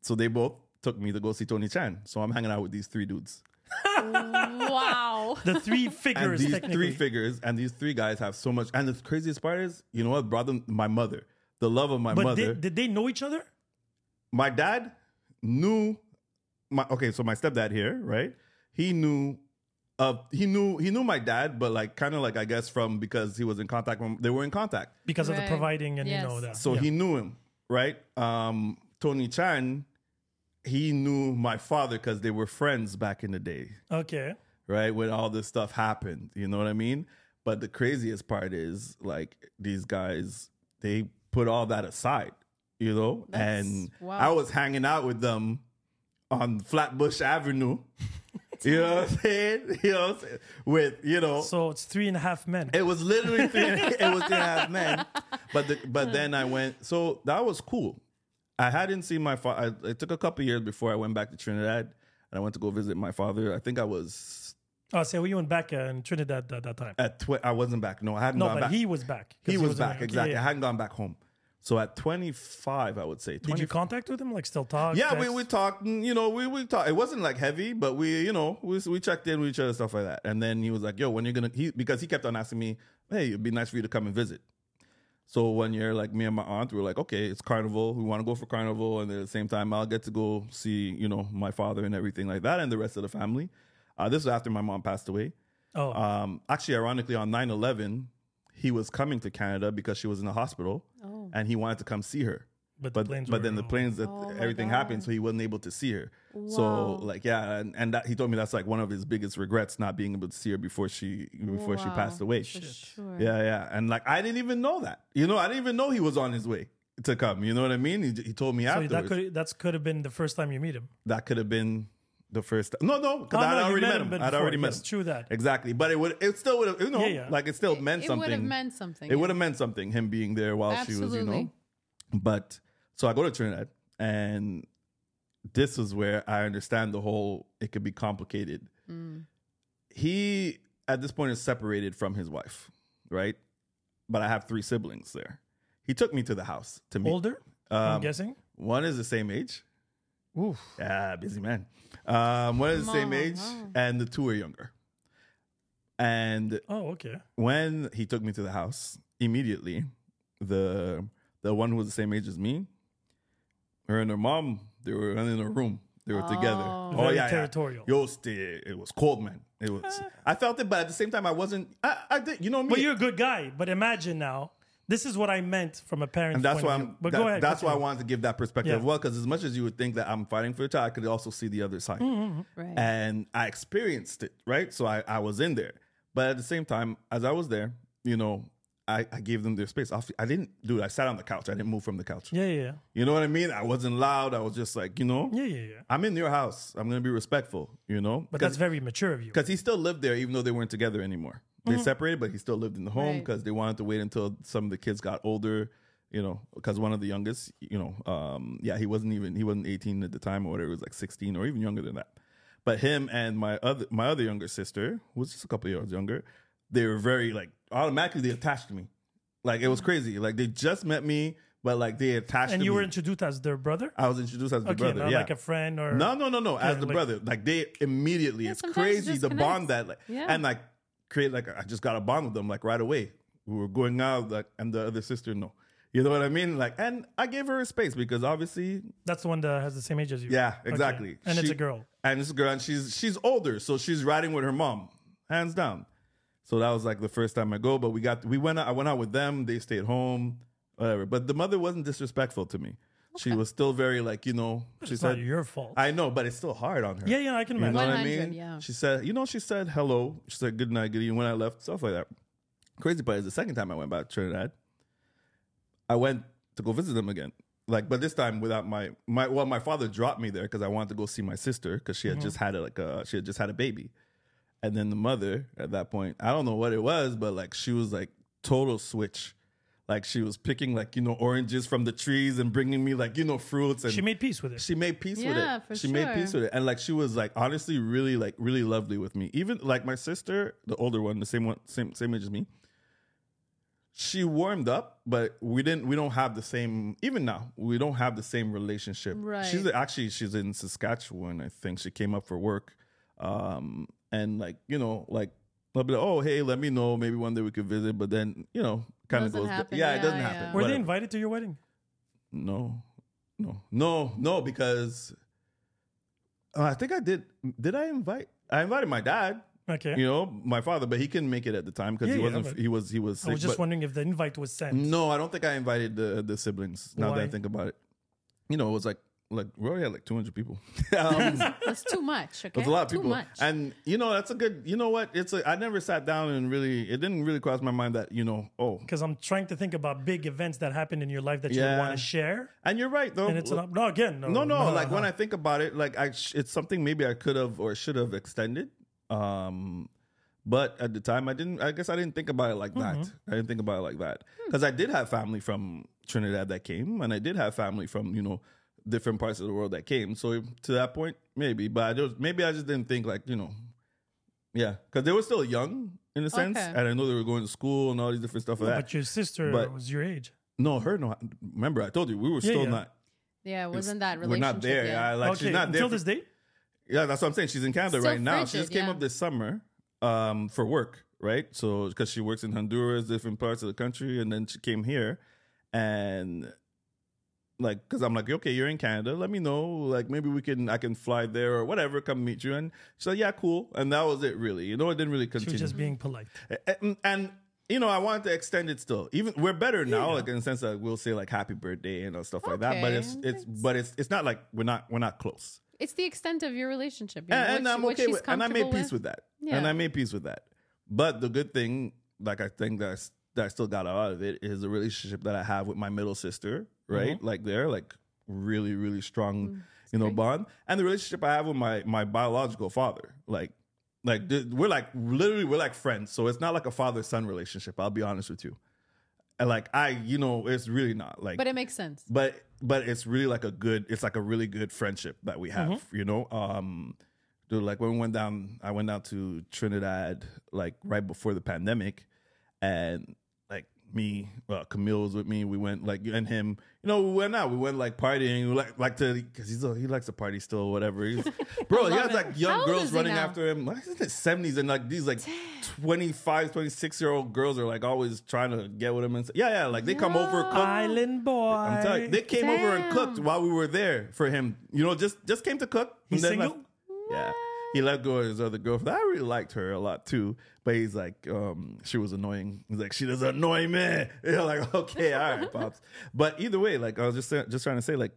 E: So they both took me to go see Tony Chan. So I'm hanging out with these three dudes.
C: wow.
D: The three
E: and
D: figures.
E: these
D: technically.
E: three figures and these three guys have so much. And the craziest part is, you know what brought them? My mother, the love of my
D: But
E: mother.
D: Did, did they know each other?
E: my dad knew my okay so my stepdad here right he knew uh he knew he knew my dad but like kind of like i guess from because he was in contact when they were in contact
D: because of the
C: Right.
D: providing and you know
C: Yes.
D: that.
E: so
D: Yeah.
E: he knew him right um tony chan he knew my father because they were friends back in the day
D: okay.
E: right when all this stuff happened you know what i mean but the craziest part is like these guys they put all that aside you know
C: That's-
E: and
C: wow.
E: i was hanging out with them on flatbush avenue you know what i'm saying you know what I'm saying? with you know
D: So it's three and a half men.
E: it was literally three. it was three and a half men. But the, but then I went. So that was cool. I hadn't seen my father. It took a couple years before I went back to Trinidad, and I went to go visit my father. I think I was
D: oh, so we went back uh, in Trinidad at that time.
E: at twi- I wasn't back. No, I hadn't
D: no,
E: gone
D: but
E: back.
D: he was back. 'cause
E: He was
D: in-
E: back
D: okay,
E: exactly. I
D: yeah.
E: hadn't gone back home. So at 25, I would say. 25,
D: Did you contact with him? Like still talk?
E: yeah, we,
D: text?
E: we talked, and, you know, we, we talked. It wasn't like heavy, but we, you know, we, we checked in with each other, stuff like that. And then he was like, yo, when you're going to, he because he kept on asking me, hey, it'd be nice for you to come and visit. So one year, like me and my aunt, we were like, okay, it's carnival. We want to go for carnival. And at the same time, I'll get to go see, you know, my father and everything like that and the rest of the family. Uh, this was after my mom passed away.
D: Oh,
E: Um, actually, ironically, on 9 11, he was coming to Canada because she was in the hospital
C: Oh.
E: and he wanted to come see her
D: but,
E: but
D: the planes
E: but
D: were
E: then the
D: gone.
E: planes that
C: Oh my
E: everything
C: God.
E: happened so he wasn't able to see her so
C: Wow.
E: like yeah and, and that, he told me that's like one of his biggest regrets not being able to see her before she before she
C: Wow,
E: passed away
C: For sure.
E: yeah yeah and like i didn't even know that you know i didn't even know he was on his way to come you know what i mean he, he told me
D: So
E: afterwards
D: that could that's could have been the first time you meet him.
E: that could have been the first no no because
D: Oh,
E: i'd
D: no, you
E: already
D: met
E: met
D: him,
E: him,
D: but
E: i'd
D: before,
E: already met
D: yes,
E: him
D: true that.
E: exactly but it would it still would have you know
D: Yeah, yeah.
E: like it still meant
C: It
E: something
C: would have meant something.
E: it would have meant something him being there while she was you know
C: Absolutely.
E: but so i go to trinidad and this is where i understand the whole it could be complicated
C: Mm,
E: he at this point is separated from his wife right but i have three siblings there he took me to the house to meet
D: Older, I'm
E: um,
D: guessing.
E: one is the same age
D: Oof.
E: yeah, busy man. Um, one is the same
C: Mom,
E: age,
C: wow.
E: and the two are younger. And
D: Oh, okay.
E: when he took me to the house, immediately the the one who was the same age as me, her and her mom, they were in a room. They were together.
C: Oh.
E: oh
D: Very
E: yeah,
D: territorial.
E: Yeah. Yo, stay- it was cold, man. It was. I felt it, but at the same time, I wasn't. I, I did. You know me.
D: But you're a good guy. But imagine now, this is what I meant from a parent.
E: and that's
D: point
E: why
D: of view.
E: I'm.
D: But
E: that-
D: go ahead.
E: That's why I
D: continue.
E: wanted to give that perspective
D: Yeah.
E: as well, because as much as you would think that I'm fighting for the child, I could also see the other side.
C: Right.
E: and I experienced it, right? So I, I was in there. But at the same time, as I was there, you know, I, I gave them their space. I, I didn't do it. I sat on the couch. I didn't move from the couch.
D: Yeah, yeah,
E: You know what I mean? I wasn't loud. I was just like, you know,
D: yeah, yeah, yeah. yeah.
E: I'm in your house. I'm going to be respectful, you know?
D: But that's
E: Because
D: very mature of you.
E: he still lived there, even though they weren't together anymore. They
D: Mm-hmm.
E: separated, but he still lived in the home
C: Right.
E: because they wanted to wait until some of the kids got older. You know, because one of the youngest, you know, um, yeah, he wasn't even he wasn't 18 at the time or whatever. He was like 16 or even younger than that. But him and my other my other younger sister, who was just a couple years younger, they were very like automatically they attached to me. Like it was crazy. Like they just met me, but like they attached.
D: Mm. And
E: to
D: you
E: me.
D: were introduced as their brother.
E: I was introduced as the
D: okay,
E: brother.
D: not
E: yeah.
D: like a friend or
E: No, no, no, no. As
D: Yeah,
E: the
D: like-
E: brother, like they immediately, it's
C: sometimes it
E: crazy
C: just
E: the
C: connects.
E: bond that, like,
C: Yeah.
E: and like create like I just got a bond with them like right away. We were going out, like, and the other sister, no, you know what I mean, like, and I gave her a space because obviously,
D: That's the one that has the same age as you.
E: yeah,
D: Okay.
E: exactly.
D: And it's
E: She-
D: a girl.
E: and it's a girl, and she's she's older, so she's riding with her mom, hands down. So that was like the first time I go, but we got we went out, I went out with them. They stayed home, whatever. But the mother wasn't disrespectful to me. She was still very like you know. She
D: It's
E: said
D: not your fault.
E: I know, but it's still hard on her.
D: yeah, yeah, I can
E: You
D: imagine.
E: know what I
C: 100,
E: mean?
C: yeah.
E: She said, you know, she said hello. She said good night, good evening when I left, stuff like that. Crazy part is the second time I went back to Trinidad, I went to go visit them again. Like, but this time without my my well, my father dropped me there because I wanted to go see my sister because she had
D: Mm-hmm.
E: just had a, like a she had just had a baby, and then the mother at that point I don't know what it was, but like she was like total switch, like she was picking like you know oranges from the trees and bringing me like you know fruits and
D: She made peace with it.
E: she made peace with
C: Yeah,
E: it.
C: for
E: she made peace
C: sure.
E: with it. And like she was like honestly really like really lovely with me. Even like my sister, the older one, the same one same same age as me. She warmed up, but we didn't we don't have the same even now. We don't have the same relationship.
C: Right.
E: She's actually she's in Saskatchewan, I think. She came up for work. Um and like, you know, like I'll be like, oh hey, let me know. Maybe one day we could visit. But then, you know, kind of
C: Doesn't
E: goes.
C: happen.
E: Yeah, it
C: Yeah,
E: doesn't
C: yeah.
E: happen.
D: Were they
E: Whatever.
D: invited to your wedding?
E: No, no, no, no, because uh, I think I did. Did I invite? I invited my dad,
D: Okay.
E: you know, my father, but he couldn't make it at the time because
D: Yeah,
E: he
D: yeah,
E: wasn't.
D: but-
E: he was. He was sick.
D: I was just
E: but- Mm.
D: wondering if the invite was sent.
E: no, I don't think I invited the the siblings. Now that I
D: Why?
E: think about it, you know, it was like like we already had like two hundred people. um,
C: That's too much. Okay.
E: That's a lot of
C: too
E: people.
C: Much.
E: And you know, that's a good. You know what? It's a. I never sat down and really. It didn't really cross my mind that you know. Oh,
D: Because I'm trying to think about big events that happened in your life that you would
E: Yeah.
D: want to share.
E: and you're right though.
D: And it's not, no, again, Oh, no.
E: no, no. like when I think about it, like I, sh- it's something maybe I could have or should have extended. Um, but at the time, I didn't. I guess I didn't think about it like that. I didn't think about it like that because I did have family from Trinidad that came, and I did have family from you know different parts of the world that came. So to that point, maybe. But I just maybe I just didn't think like you know, yeah, because they were still young in a sense,
C: Okay.
E: and I know they were going to school and all these different stuff like that.
D: But your sister
E: But-
D: was your age.
E: No, her no. Remember, I told you we were still
D: yeah.
E: not.
C: Yeah, wasn't that
E: We're
C: relationship?
E: not there.
C: yet.
E: Yeah, like
D: okay,
E: she's not there.
D: until
E: for-
D: this day.
E: Yeah, that's what I'm saying. She's in Canada
C: Still
E: right now. She
C: frigid,
E: just came
C: yeah.
E: up this summer um, for work, right? So because she works in Honduras, different parts of the country, and then she came here, and like because I'm like, okay, you're in Canada. Let me know. Like maybe we can, I can fly there or whatever. Come meet you. And she's like, yeah, cool. And that was it, really. You know, it didn't really
D: She
E: continue.
D: was just being polite.
E: and, and you know, I wanted to extend it still. Even we're better now, like in the sense that we'll say like happy birthday and uh, stuff like that. But
C: Okay,
E: it's it's but it's it's not like we're not we're not close
C: It's the extent of your relationship. You know,
E: and, and
C: what she-
E: I'm
C: what
E: okay
C: she's
E: with, and I made
C: comfortable
E: peace with that, and
C: Yeah.
E: I made peace with that. But the good thing, like I think that I, s- that I still got out of it, is the relationship that I have with my middle sister, right?
C: Mm-hmm.
E: Like there, like really, really strong,
C: Mm,
E: you know, bond, and the relationship I have with my my biological father, like. Like th- we're like literally we're like friends, so it's not like a father son relationship. I'll be honest with you, and like I, you know, it's really not like
C: But it makes sense.
E: but but it's really like a good it's like a really good friendship that we have
C: Mm-hmm.
E: you know um dude like when we went down i went down to trinidad like right before the pandemic and like me uh, camille was with me we went like and him you know we went out we went like partying we like like to because he's a, he likes to party still or whatever he's, bro he
C: love
E: has
C: it.
E: like young
C: How old
E: girls
C: is he
E: running
C: now?
E: after him like he's in his 70s and like these like 25 26 year old girls are like always trying to get with him and yeah yeah like they come over cook
D: Island boy.
E: I'm telling you, they came over and
C: Damn.
E: cooked while we were there for him. You know, just just came to cook.
D: He's
E: and then
D: single?
E: left. Yeah, he let go of his other girlfriend. I really liked her a lot too, but he's like, um, she was annoying. He's like, she doesn't annoy me. You're like, okay, all right, pops. But either way, like I was just sa- just trying to say, like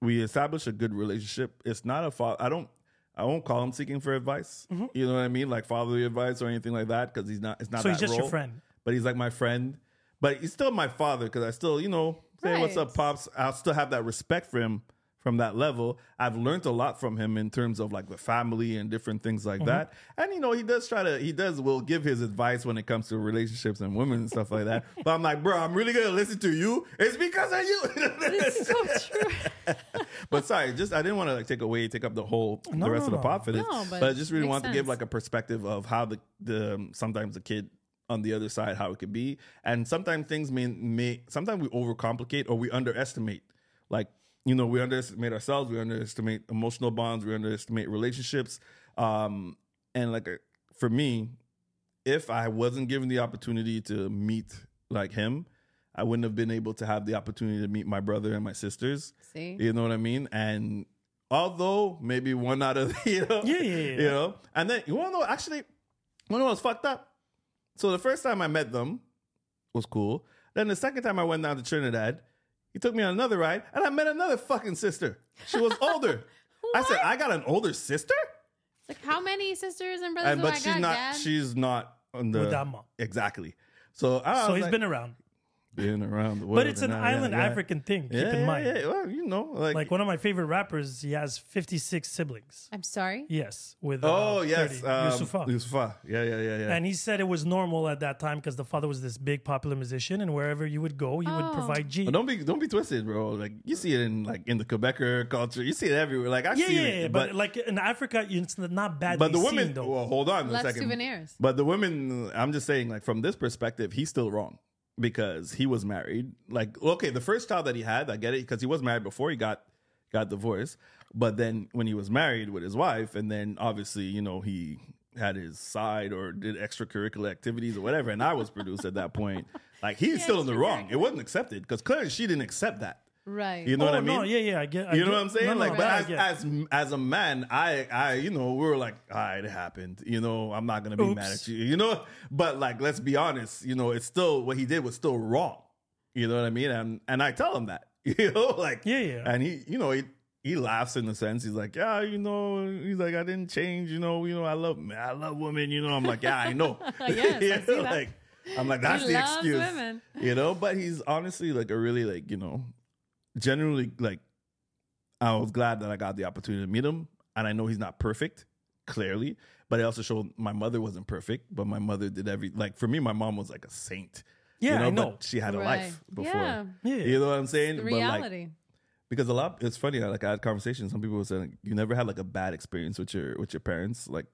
E: we established a good relationship. It's not a fault. I don't. I won't call him seeking for advice.
D: Mm-hmm.
E: You know what I mean, like fatherly advice or anything like that, because he's not. It's not.
D: So he's
E: that
D: just your
E: role
D: friend.
E: Mm-hmm. but he's like my friend. But he's still my father because I still, you know, say what's
C: Right.
E: up, pops. I still have that respect for him from that level. I've learned a lot from him in terms of like the family and different things like that. And you know, he does try to, he does will give his advice when it comes to relationships and women and stuff like that. But I'm like, bro, I'm really gonna listen to you. It's because of you.
C: It's so true.
E: but sorry, just I didn't want to like take away, take up the whole the
D: No,
E: rest
D: no,
E: of the
D: no.
E: pot for this.
C: No,
E: but,
C: but
E: I just really
C: makes
E: want to give
C: sense.
E: like a perspective of how the the um, sometimes the kid on the other side how it could be, and sometimes things may may sometimes we overcomplicate or we underestimate. Like you know, we underestimate ourselves, we underestimate emotional bonds, we underestimate relationships, um, and like a, for me, if I wasn't given the opportunity to meet like him. I wouldn't have been able to have the opportunity to meet my brother and my sisters.
C: See?
E: You know what I mean? And although maybe one out of you know,
D: Yeah, yeah, yeah.
E: you know, and then you wanna know actually, one was fucked up. So the first time I met them was cool. Then the second time I went down to Trinidad, he took me on another ride, and I met another fucking sister. She was older. I said, I got an older sister,
C: It's like, how many sisters and brothers
E: and
C: do
E: but
C: I
E: she's
C: got,
E: not.
C: Dad?
E: She's not on the
D: With that mom.
E: exactly. So I
D: So
E: was
D: he's
E: like,
D: been around.
E: been around the world,
D: But it's an
E: and now- yeah,
D: island
E: yeah.
D: African thing, keep
E: Yeah,
D: in
E: yeah,
D: mind.
E: yeah. Well, you know, like,
D: Like one of my favorite rappers, he has 56 siblings.
C: I'm sorry.
D: Yes, with
E: Oh
D: uh,
E: yes,
D: 30,
E: um,
D: Youssoupha.
E: Youssoupha. Yeah, yeah, yeah, yeah.
D: And he said it was normal at that time because the father was this big popular musician, and wherever you would go, you would
C: Oh.
D: provide G.
E: But don't be don't be twisted, bro. Like you see it in like in the Quebecer culture. You see it everywhere. Like I
D: yeah,
E: see
D: yeah,
E: it,
D: yeah. But, like in Africa, it's not bad.
E: but the
D: seen,
E: women.
D: though.
E: Well, hold on
C: Less
E: a second.
C: souvenirs.
E: But the women. I'm just saying, like from this perspective, he's still wrong because he was married. Like okay, the first child that he had, I get it because he was married before he got got divorced. But then when he was married with his wife, and then obviously you know he had his side or did extracurricular activities or whatever, and I was produced at that point. Like he's still in the wrong. It wasn't accepted because clearly she didn't accept that.
C: Right.
E: You know what
D: oh,
E: I mean?
D: no, yeah, yeah. I get. I
E: You
D: get-
E: know what I'm saying?
D: No, no,
E: like,
D: I
E: but
D: get- I
E: as,
D: get.
E: as as a man, I I you know we were like, all right, it happened. You know, I'm not gonna be mad
D: Oops.
E: at you. You know, but like, let's be honest. You know, it's still what he did was still wrong. You know what I mean? And and I tell him that. You know, like
D: Yeah, yeah.
E: And he, you know, he he laughs in the sense he's like, yeah, you know, he's like, I didn't change. You know, you know, I love I love women. You know, I'm like, yeah, I know.
C: Yes, I
E: You
C: see that.
E: Like, I'm like, that's the
C: loves
E: excuse.
C: women.
E: You know, but he's honestly like a really like you know generally like I was glad that I got the opportunity to meet him, and I know he's not perfect, clearly. But it also showed my mother wasn't perfect, but my mother did every like for me. My mom was like a saint.
D: Yeah, I know.
E: But she had a life
C: Right.
E: before.
C: Yeah.
D: Yeah.
E: You know what I'm saying?
C: The
E: But, like,
C: reality.
E: because a lot, it's funny. Like I had conversations. Some people were saying like, you never had like a bad experience with your with your parents. Like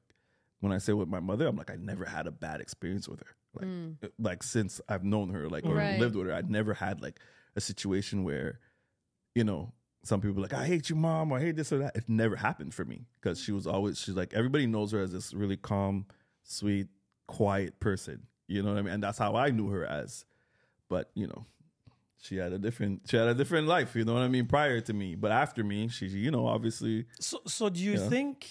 E: when I say with my mother, I'm like I never had a
C: Hmm.
E: bad experience with her. Like like since I've known her, like or
C: Right.
E: lived with her, I never had like a situation where, you know, some people are like, I hate you, mom, or I hate this or that. It never happened for me because she was always, she's like, everybody knows her as this really calm, sweet, quiet person. You know what I mean? And that's how I knew her as. But, you know, she had a different she had a different life, you know what I mean, prior to me. But after me, she you know, obviously
D: So, so do you
E: Yeah.
D: think?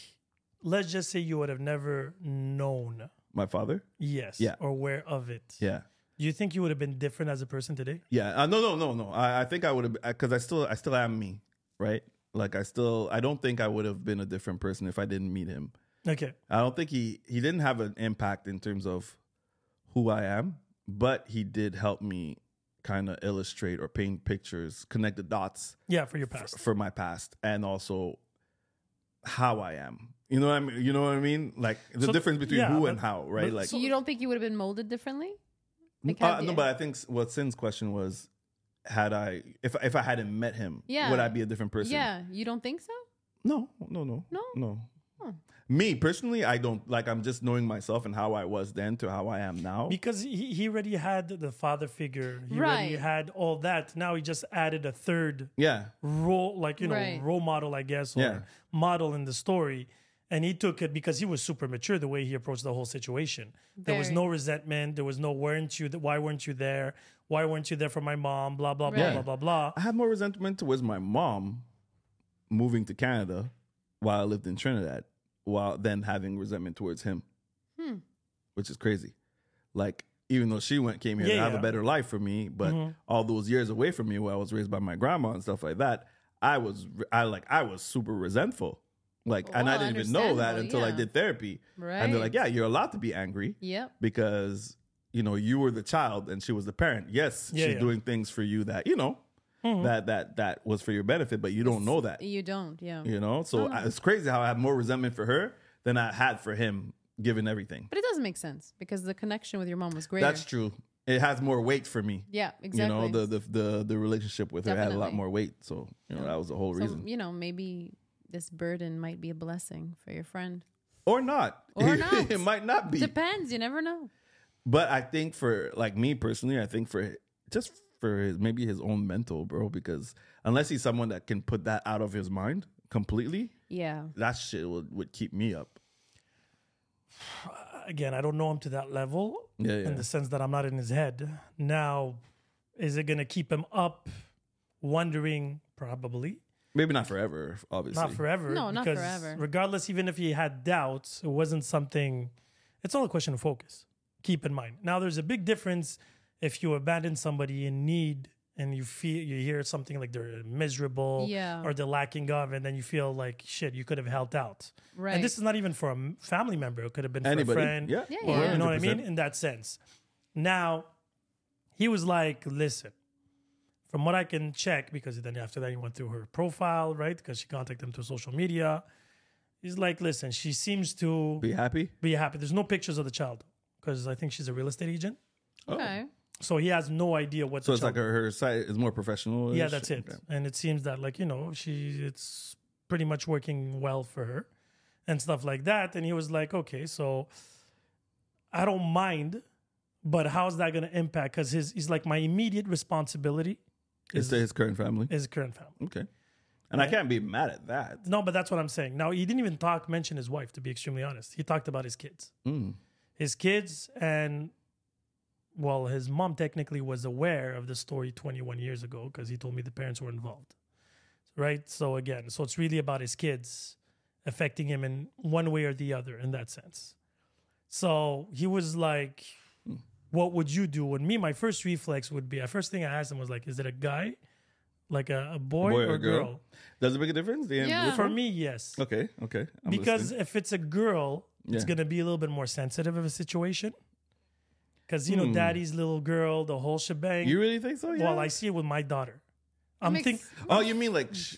D: Let's just say you would have never known,
E: my father.
D: yes,
E: Yeah.
D: or aware of it.
E: Yeah.
D: Do you think you would have been different as a person today?
E: Yeah. Uh, no, no, no, no. I, I think I would have because I still I still am me, right? Like I still I don't think I would have been a different person if I didn't meet him.
D: Okay,
E: I don't think he he didn't have an impact in terms of who I am, but he did help me kind of illustrate or paint pictures, connect the dots
D: yeah, for your
E: f-
D: past.
E: for my past and also how I am. You know what I mean? You know what I mean? Like the
D: So-
E: difference between
D: yeah,
E: who
D: but-
E: and how, right?
D: but-
E: like
C: you don't think you would have been molded differently? Like,
E: Uh,
C: have
E: no,
C: you-
E: but I think s- what Sin's question was, had I if if I hadn't met him,
C: Yeah.
E: would I be a different person?
C: Yeah, you don't think so?
E: No, no, no,
C: No?
E: no. Me personally, I don't like. I'm just knowing myself and how I was then to how I am now.
D: Because he, he already had the father figure, he already
C: Right.
D: had all that. Now he just added a third
E: yeah,
D: role, like you know,
C: Right.
D: role model, I guess, or
E: Yeah.
D: model in the story. And he took it because he was super mature the way he approached the whole situation. There was
C: Very.
D: no resentment. There was no weren't you? Why weren't you there? Why weren't you there for my mom? Blah blah
E: Right.
D: blah blah blah
E: I
D: blah.
E: had more resentment towards my mom moving to Canada while I lived in Trinidad, while then having resentment towards him, which is crazy. Like, even though she went came here to
D: Yeah,
E: have
D: yeah.
E: a better life for me, but all those years away from me, where I was raised by my grandma and stuff like that, I was I like I was super resentful. Like, and I
C: Well,
E: didn't even know that
C: understandable,
E: until I
C: yeah.
E: did therapy. And they're
C: Right.
E: like, "Yeah, you're allowed to be angry."
C: Yep.
E: because you know you were the child and she was the parent. Yes,
D: Yeah,
E: she's
D: yeah.
E: doing things for you that you know
C: Mm-hmm.
E: that that that was for your benefit, but you don't know that.
C: You don't, yeah.
E: You know, so
C: Mm-hmm.
E: I, it's crazy how I have more resentment for her than I had for him, given everything.
C: But it does make sense because the connection with your mom was greater.
E: That's true. It has more weight for me.
C: Yeah, exactly.
E: You know, the the the, the relationship with her had a lot
C: Definitely.
E: more weight. So you know that was the whole
C: so,
E: reason,
C: you know, maybe this burden might be a blessing for your friend.
E: or not.
C: Or not.
E: it might not be.
C: Depends. You never know.
E: But I think for like me personally, I think for just for his, maybe his own mental, bro, because unless he's someone that can put that out of his mind completely,
C: Yeah.
E: that shit would, would keep me up.
D: Again, I don't know him to that level
E: Yeah, yeah.
D: in the sense that I'm not in his head. Now, is it gonna keep him up? Wondering, probably.
E: Maybe not forever, obviously.
D: Not forever.
C: No, not
D: because
C: forever.
D: Regardless, even if he had doubts, it wasn't something. It's all a question of focus. Keep in mind. Now, there's a big difference if you abandon somebody in need and you feel you hear something like they're miserable
C: Yeah.
D: or they're lacking of, and then you feel like shit, you could have helped out.
C: Right.
D: And this is not even for a m- family member. It could have been for
E: Anybody.
D: a friend.
E: Yeah.
C: Yeah,
E: or
C: yeah.
D: You know what I
E: 100%.
D: mean? In that sense. Now, he was like, listen, from what I can check, because then after that he went through her profile, right? Because she contacted him through social media. He's like, listen, she seems to
E: Be happy.
D: be happy. There's no pictures of the child because I think she's a real estate agent.
E: Oh.
C: Okay.
D: So he has no idea what
E: So
D: the
E: it's like
D: child
E: her, her side is more professional.
D: yeah, that's it. And it seems that like you know she it's pretty much working well for her and stuff like that. And he was like, okay, so I don't mind, but how's that going to impact? Because his he's like my immediate responsibility
E: It's to his current family.
D: is current family.
E: Okay. And I can't be mad at that.
D: No, but that's what I'm saying. Now he didn't even talk mention his wife. To be extremely honest, he talked about his kids,
E: Mm.
D: his kids, and well, his mom technically was aware of the story 21 years ago because he told me the parents were involved. right? So again, so it's really about his kids affecting him in one way or the other in that sense. So he was like, "What would you do?" And me, my first reflex would be, I first thing I asked him was like, "Is it a guy, like a, a boy,
E: Boy
D: or,
E: or
D: girl?"
E: girl? Does it make a difference? The-
C: Yeah.
D: For me, yes,
E: Okay. Okay. I'm
D: because
E: listening.
D: if it's a girl, it's
E: Yeah.
D: gonna be a little bit more sensitive of a situation. Because you know, daddy's little girl, the whole shebang.
E: Hmm. you really think so? Yeah.
D: Well, I see it with my daughter. I'm
C: makes-
D: think
E: Oh, you mean like sh-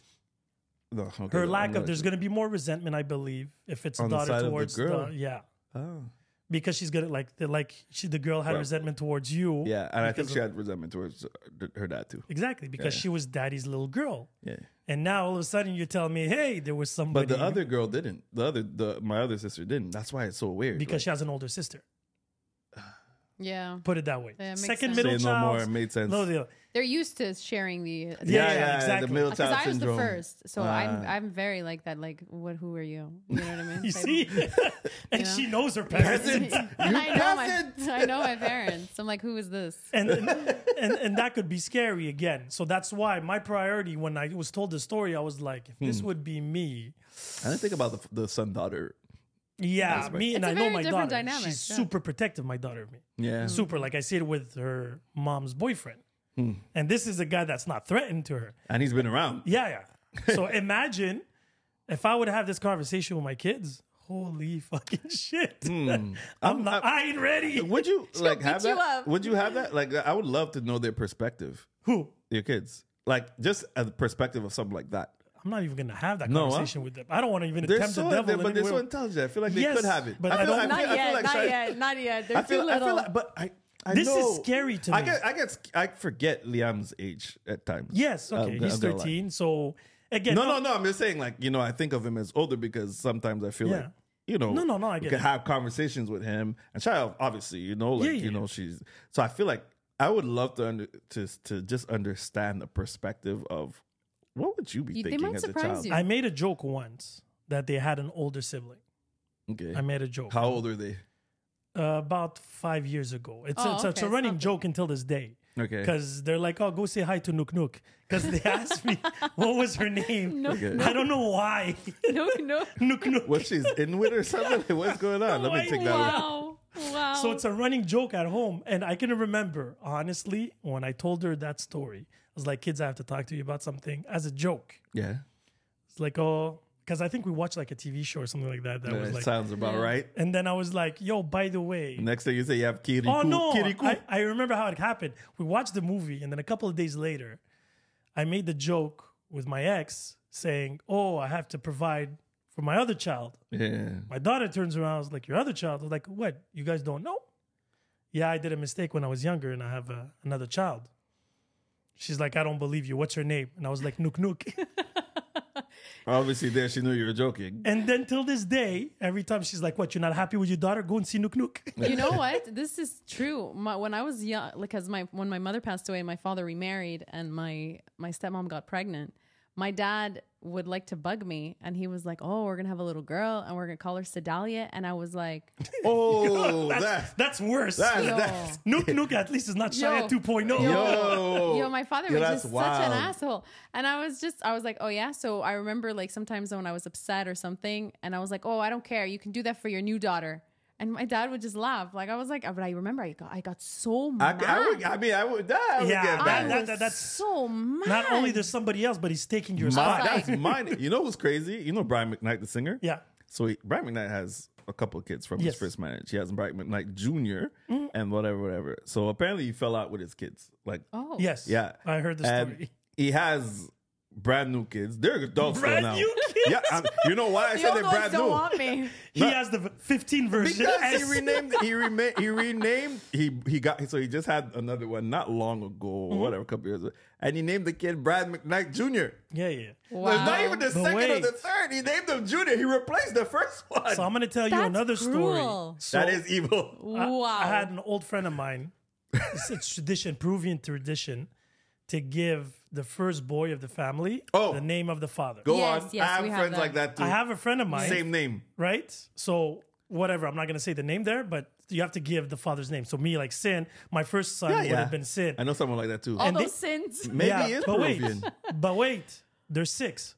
E: no, okay,
D: her
E: I'm
D: lack
E: not-
D: of there's going to be more resentment i believe if it's a
E: On the
D: daughter
E: side of the
D: towards the,
E: girl.
D: yeah
E: Oh.
D: because she's gonna like the, like she the girl had
E: Well,
D: resentment towards you
E: Yeah, and I
D: because
E: think she
D: of-
E: had resentment towards her- her dad too.
D: exactly because
E: Yeah.
D: she was daddy's little girl
E: Yeah,
D: and now all of a sudden you tell me hey there was somebody
E: but the other girl didn't. The other, the my other sister didn't. That's why it's so weird.
D: because she
E: like,
D: has an older sister
C: Yeah.
D: Put it that way.
C: Yeah, it makes sense.
D: Second middle
E: Say no
D: child.
E: more. It made sense.
D: No deal.
C: They're used to sharing the
D: Yeah,
E: yeah,
D: yeah, exactly.
E: The middle
C: Because
E: child
C: I was
E: syndrome.
C: the first, so I'm
E: Ah.
C: I'm very like that. Like, what? Who are you? You know what I mean?
D: You
C: Like,
D: see, and
C: Yeah.
D: she knows her parents.
E: Peasant.
C: and I know my
E: peasant.
C: I know my parents. I'm like, who is this?
D: and, and and and that could be scary again. So that's why my priority when I was told the story, I was like, if this would be me,
E: I didn't think about the, the son daughter.
D: yeah,
E: Aspect.
D: me and
C: It's a
D: I know
C: very
D: my daughter.
C: different dynamic,
D: She's
C: yeah. Mm.
D: super protective, my daughter of me.
E: Yeah.
D: Super, like I see it with her mom's boyfriend. And this is a guy that's not threatened to her.
E: And he's been around.
D: Yeah, yeah. So imagine if I would have this conversation with my kids. Holy fucking shit! Hmm. I'm, not. I, ain't ready.
E: Would you like have
C: beat you
E: that?
C: up.
E: Would you have that? Like, I would love to know their perspective.
D: Who?
E: Your kids, like, just a perspective of something like that.
D: I'm not even gonna have that
E: No, huh?
D: conversation with them. I don't want to even
E: They're
D: attempt
E: so,
D: the devil.
E: they- but they're
D: anywhere.
E: so intelligent. I feel like they
D: Yes,
E: could have it.
D: but I
E: I feel,
D: don't-
E: I
C: Not
E: feel, I feel
C: yet,
E: like
C: not
E: Shai-
C: yet, not yet. They're
E: I feel,
C: too
E: I
C: little.
E: feel like, but I, I
D: This is
E: know-
D: scary to
E: I
D: me.
E: Get, I get, sc- I forget Liam's age at times.
D: Yes,
E: Um,
D: okay.
E: I'm
D: He's
E: gonna lie.
D: 13. So again,
E: No, no, no. I'm just saying, like, you know, I think of him as older because sometimes I feel
D: Yeah.
E: like, you know,
D: No, no, no, I
E: you
D: get
E: can
D: it.
E: have conversations with him and child, obviously, you know, like,
D: Yeah, yeah,
E: you
D: yeah.
E: know, she's. So I feel like I would love to under, to to just understand the perspective of what would you be
C: You- they
E: thinking
C: might
E: as a
C: surprise
E: child?
C: you.
D: I made a joke once that they had an older sibling.
E: Okay.
D: I made a joke
E: How old are they?
D: uh, about five years ago. It's
C: Oh,
D: it's, it's
C: okay,
D: a
C: it's
D: running
C: not
D: joke until this day.
E: Okay.
D: Because they're like, oh, go say hi to Nook Nook. Because they asked me what was her name.
C: No,
E: Okay.
D: I don't know why.
C: no, no.
D: Nook Nook.
E: What she's in with or something? Like, What's going on? Let
D: Why-
E: me take that. one.
C: Wow, wow.
D: So it's a running joke at home. And I can remember, honestly, when I told her that story, I was like, kids, I have to talk to you about something as a joke.
E: Yeah.
D: It's like, oh, because I think we watched like a TV show or something like that. That
E: That
D: was like,
E: sounds about right.
D: and then I was like, yo, by the way,
E: Next thing you say, you have Kirikou.
D: oh no,
E: Kirikou.
D: I, I remember how it happened. We watched the movie, and then a couple of days later, I made the joke with my ex saying, oh, I have to provide for my other child.
E: yeah.
D: My daughter turns around, I was like, your other child? I was like, what? You guys don't know? Yeah, I did a mistake when I was younger, and I have uh another child. She's like, I don't believe you. What's her name? And I was like, Nook Nook.
E: Obviously, there she knew you were joking.
D: And then till this day, every time she's like, "What? You're not happy with your daughter? Go and see Nook Nook."
C: you know what? This is true. My, when I was young, because my when my mother passed away, my father remarried, and my my stepmom got pregnant. My dad would like to bug me, and he was like, "Oh, we're gonna have a little girl, and we're gonna call her Sedalia." And I was like,
E: Oh, that.
D: That's worse.
E: That,
C: Yo.
E: that's
D: Nook Nook at oh. least is not Shia
C: Yo.
D: 2.0.
E: yo.
C: Yo, my father
E: Yo,
C: was
E: that's
C: just such an
E: wild.
C: asshole. And I was just, I was like, oh yeah. So I remember like sometimes when I was upset or something, and I was like, oh, I don't care. You can do that for your new daughter. And my dad would just laugh. Like I was like, but I remember I got, I got so
E: I,
C: mad.
E: I, would, I mean, I would. That, I would
D: Yeah,
E: get
D: that-
E: mad.
D: that-
C: was
D: that's-
C: so mad.
D: Not only there's somebody else, but he's taking your
E: My-
D: spot.
E: that's mine. You know who's crazy? You know Brian McKnight, the singer.
D: Yeah.
E: So he, Brian McKnight has a couple of kids from
D: Yes. Mm.
E: his first marriage. He has Brian McKnight junior and whatever, whatever. So apparently, he fell out with his kids. Like,
C: Oh
D: Yes.
E: yeah,
D: I heard the
E: And
D: story.
E: He has brand new kids. They're adults still
D: Brand
E: now.
D: new kids?
E: Yeah, I'm- you know why I
C: The
E: said
C: old
E: they're
C: ones
E: brand
C: don't
E: new.
C: want me.
D: He has the v- 15 version.
E: Because he
D: S.
E: renamed, he renamed, he renamed, he he got so he just had another one not long ago or
C: Mm-hmm.
E: whatever, a couple years ago, and he named the kid Brad McKnight Jr.
D: Yeah, yeah.
E: So it's not even the
D: But
E: second
D: wait.
E: or the third. He named him Junior. He replaced the first one.
D: So I'm gonna tell you
C: That's
D: another
C: cruel.
D: story. So
E: that is evil.
C: wow.
D: I had an old friend of mine. It's, it's tradition, Peruvian tradition, to give the first boy of the family
E: Oh.
D: the name of the father.
E: Go
C: Yes,
E: on.
C: yes,
E: I
C: we
E: have
C: have
E: friends
C: that.
E: like that too.
D: I have a friend of mine.
E: Same name.
D: right? So whatever, I'm not gonna say the name there, but you have to give the father's name. So me, like Sin, my first son
E: Yeah,
D: would
E: yeah.
D: have been Sin.
E: I know someone like that too.
C: all
D: and they-
C: those sins.
E: Maybe he is
D: but
E: Peruvian.
D: wait, but wait, there's six.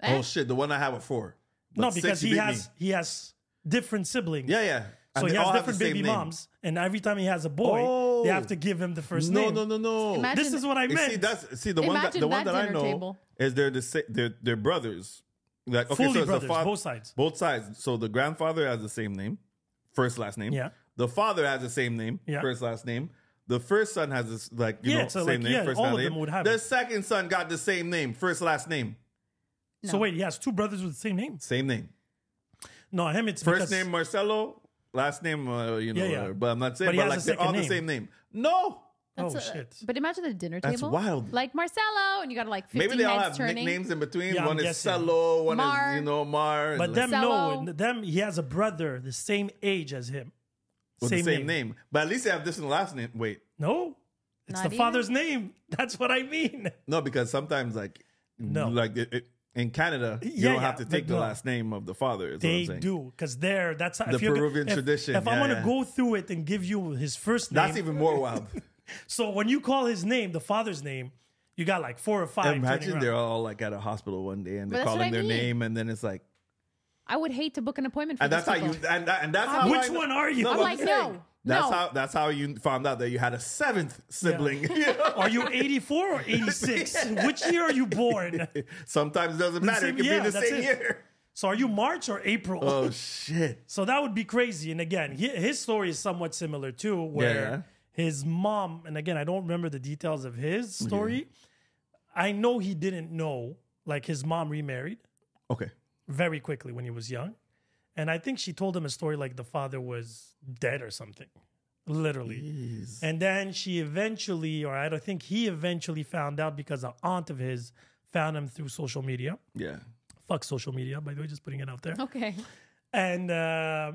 C: Eh?
E: oh shit, the one I have at four.
D: no,
E: But
D: because
E: six, you
D: he
E: beat me.
D: has he has different siblings.
E: Yeah, yeah.
D: So
E: And
D: he
E: they
D: has
E: all have
D: different
E: the same
D: baby
E: name.
D: moms, and every time he has a boy, they
E: Oh.
D: have to give him the first
E: No,
D: name.
E: no, no, no.
C: Imagine-
D: This is what I
E: You
D: meant.
E: See, that's see the one that
C: Imagine
E: the one
C: that
E: that I
C: dinner
E: know
C: table.
E: is they're the sa- they're they're brothers. Like okay,
D: Fully
E: so it's
D: brothers,
E: the fa-
D: both sides.
E: Both sides. So the grandfather has the same name, first last name.
D: Yeah.
E: The father has the same name,
D: Yeah.
E: first last name. The first son has this like you
D: Yeah,
E: know
D: so,
E: same
D: like,
E: name,
D: yeah,
E: first
D: all
E: last
D: of
E: name.
D: them would have
E: the
D: it.
E: second son got the same name, first last name,
D: So wait, he has two brothers with the same name.
E: same name.
D: No, him it's because-
E: First name Marcelo, last name uh, you know.
D: Yeah, yeah.
E: whatever. But I'm not saying,
D: But he
E: but,
D: has
E: like
D: a
E: they're all
D: second
E: the
D: name.
E: same name. No,
D: Oh
C: That's a-
D: shit!
C: But imagine the dinner
E: That's
C: table.
E: wild.
C: Like Marcelo, and you got to like 15
E: maybe they all
C: heads
E: have
C: turning.
E: nicknames in between.
D: Yeah, I'm
E: one is
D: guessing.
E: Cello, one
C: Mar.
E: is you know Mar. and
D: But
E: like-
D: them
C: Marcelo.
D: no, them he has a brother the same age as him,
E: with
D: Same
E: the same
D: name.
E: name. But at least they have this in the last name. Wait,
D: No, it's
C: Not
D: the
C: even?
D: father's name. That's what I mean.
E: no, because sometimes like
D: No.
E: like it, it- in Canada you
D: Yeah,
E: don't
D: yeah,
E: have to
D: but
E: take the
D: no.
E: last name of the father. Is what
D: They
E: I'm saying.
D: do because there. That's
E: The Peruvian
D: if,
E: tradition,
D: If I
E: yeah,
D: want to
E: yeah.
D: go through it and give you his first name,
E: That's even more wild.
D: so when you call his name, the father's name, you got like four or five.
E: Imagine
D: turning
E: they're
D: around.
E: all like at a hospital one day and
C: But
E: they're
C: that's what
E: calling
C: I
E: their
C: mean.
E: name, and then it's like,
C: I would hate to book an appointment for
E: and that's
C: these
E: how you,
C: people.
E: and, and that's how.
D: Which
E: I-
D: one are you?
E: No,
D: I'm
E: but
C: like,
E: I'm saying,
C: no,
E: That's
C: no.
E: how. That's how you found out that you had a seventh sibling.
D: Are you 84 or 86? Which year are you born?
E: Sometimes it doesn't matter.
D: same-
E: it could
D: yeah,
E: be the
D: that's
E: same
D: it.
E: year.
D: So are you March or April?
E: Oh shit!
D: So that would be crazy. And again, hi- his story is somewhat similar too, where
E: yeah.
D: his mom, and again, I don't remember the details of his story. I know he didn't know, like his mom remarried
E: Okay.
D: very quickly when he was young. And I think she told him a story like the father was dead or something, literally. And then she eventually, or I don't think he eventually found out because an aunt of his found him through social media.
E: Yeah.
D: Fuck social media, by the way, just putting it out there.
C: okay.
D: And uh,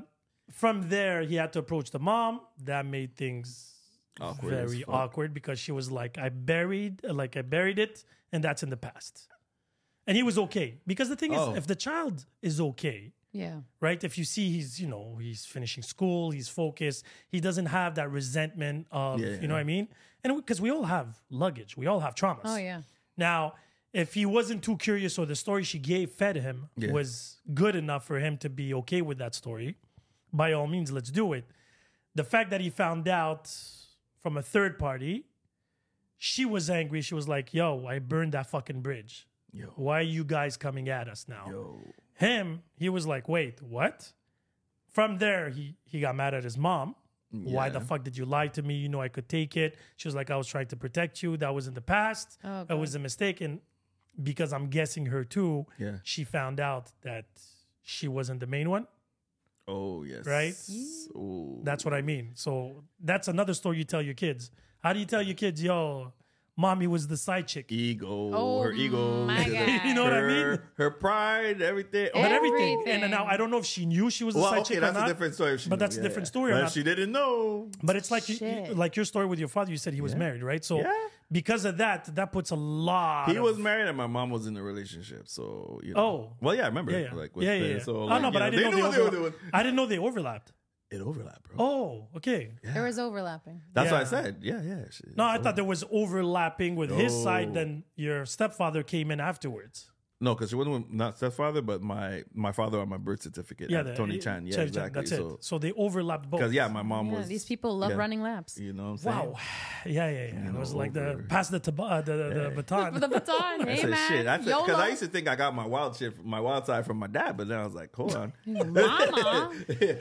D: from there, he had to approach the mom. That made things
E: Awkward as
D: very
E: fuck.
D: awkward because she was like, "I buried, like I buried it, and that's in the past." And he was okay because the thing
E: Oh.
D: is, if the child is okay,
C: Yeah.
D: right? If you see he's, you know, he's finishing school, he's focused, he doesn't have that resentment of,
E: Yeah,
D: you know
E: yeah.
D: what I mean? And because we all have luggage, we all have traumas.
C: Oh yeah.
D: Now, if he wasn't too curious or the story she gave fed him
E: Yeah.
D: was good enough for him to be okay with that story, by all means, let's do it. The fact that he found out from a third party, she was angry. She was like, yo, I burned that fucking bridge.
E: Yo.
D: Why are you guys coming at us now? Him, he was like, wait, what? From there, he, he got mad at his mom. Why the
E: Yeah.
D: fuck did you lie to me? You know I could take it. She was like, I was trying to protect you. That was in the past.
C: Oh,
D: that was a mistake. And because I'm guessing her too,
E: Yeah.
D: she found out that she wasn't the main one.
E: Oh yes.
D: Right?
E: Oh.
D: That's what I mean. So that's another story you tell your kids. How do you tell your kids, yo, mommy was the side chick?
E: ego.
C: Oh,
E: her ego.
C: my God.
D: You know what I
E: her-
D: mean?
E: Her pride, everything. Oh,
D: But everything. And
C: Everything.
D: now I don't know if she knew she was the
E: well,
D: side
E: okay,
D: chick
E: that's
D: or
E: a
D: not.
E: different story. if she
D: but
E: knew.
D: that's a
E: Yeah,
D: different
E: yeah.
D: story or
E: But if
D: not.
E: she didn't know.
D: But it's like you, you,
C: Shit.
D: like your story with your father. You said he was married, right? So
E: Yeah.
D: because of that, that puts a lot.
E: He
D: of-
E: was married and my mom was in a relationship, so you know.
D: Oh.
E: well, yeah, I remember.
D: Yeah, yeah,
E: Like, with
D: yeah, yeah,
E: the-
D: yeah.
E: So,
D: oh
E: like,
D: no,
E: you
D: but I didn't know,
E: they knew what
D: they
E: they were
D: overlapped.
E: doing.
D: I didn't know they overlapped.
E: It overlapped, bro.
D: Oh, okay.
C: There was overlapping.
E: That's what I
D: Yeah.
E: said. Yeah, yeah. shit.
D: No, I thought there was overlapping with his
E: No.
D: side. Then your stepfather came in afterwards.
E: No, because she wasn't not stepfather, but my my father on my birth certificate.
D: Yeah,
E: Yeah,
D: the-
E: Tony Chan. Yeah, exactly.
D: That's it. So they overlapped both.
E: because yeah, my mom
C: Yeah,
E: was.
C: these people love
E: yeah.
C: running laps.
E: You know what I'm saying?
D: Wow. Yeah, yeah, yeah. it was like the
E: over-
D: pass the taba- uh, the, the, the baton.
C: The baton,
E: I
C: hey
E: said,
C: man.
E: shit. I said,
C: YOLO.
E: because I used to think I got my wild shit, from- my wild side from my dad, but then I was like, hold on.
C: Mama.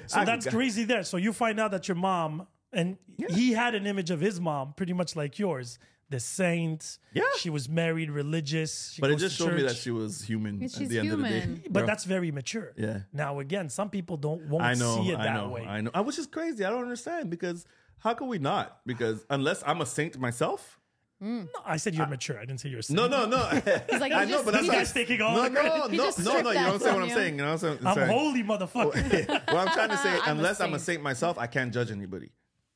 D: so that's crazy there. So you find out that your mom and he had an image of his mom, pretty much like yours, the saint.
E: Yeah.
D: she was married, religious. she
E: But it
D: goes
E: just
D: to
E: showed me that
D: church.
E: she was human
C: She's
E: at the end of the
C: human.
E: day.
D: But
E: Bro,
D: that's very mature.
E: Yeah.
D: Now again, some people don't won't
E: I know.
D: see it
E: I
D: that
E: know.
D: way.
E: I know. I was just crazy. I don't understand because how could we not? Because unless I'm a saint myself.
D: No, I said you're mature. I didn't say you're a saint.
E: No, no, no. He's
C: like,
E: I
C: he
E: know,
C: just-
E: but
D: you
E: that's
D: guys taking all
E: no,
D: the credit.
E: no,
C: He
E: no,
C: just
E: no, no.
C: stripped
E: You
C: that
E: understand
C: from
E: what I'm
C: you.
E: saying? You know what I'm saying?
D: I'm
E: Sorry.
D: holy motherfucker.
E: well, I'm trying to say,
C: I'm a
E: unless I'm a
C: saint.
E: saint myself, I can't judge anybody,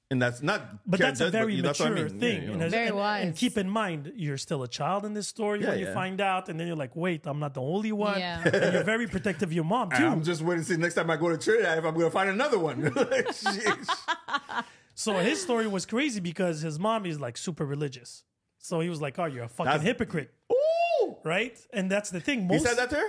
E: and that's not.
D: But
E: can't
D: that's a
E: judge,
D: very
E: you- that's
D: mature
E: what I mean. Yeah,
D: thing.
E: you know.
D: and, as-
C: Very
D: and- and
C: wise.
D: keep in mind, you're still a child in this story
E: Yeah,
D: when you
E: yeah.
D: find out, and then you're like, wait, I'm not the only one.
C: Yeah.
D: And you're very protective of your mom, too.
E: I'm just waiting to see next time I go to Trinidad if I'm going to find another one.
D: So his story was crazy because his mom is like super religious. So he was like, "Oh, you're a fucking
E: That's-
D: hypocrite,"
E: Ooh!
D: right? And that's the thing.
E: He
D: Most
E: said that to her?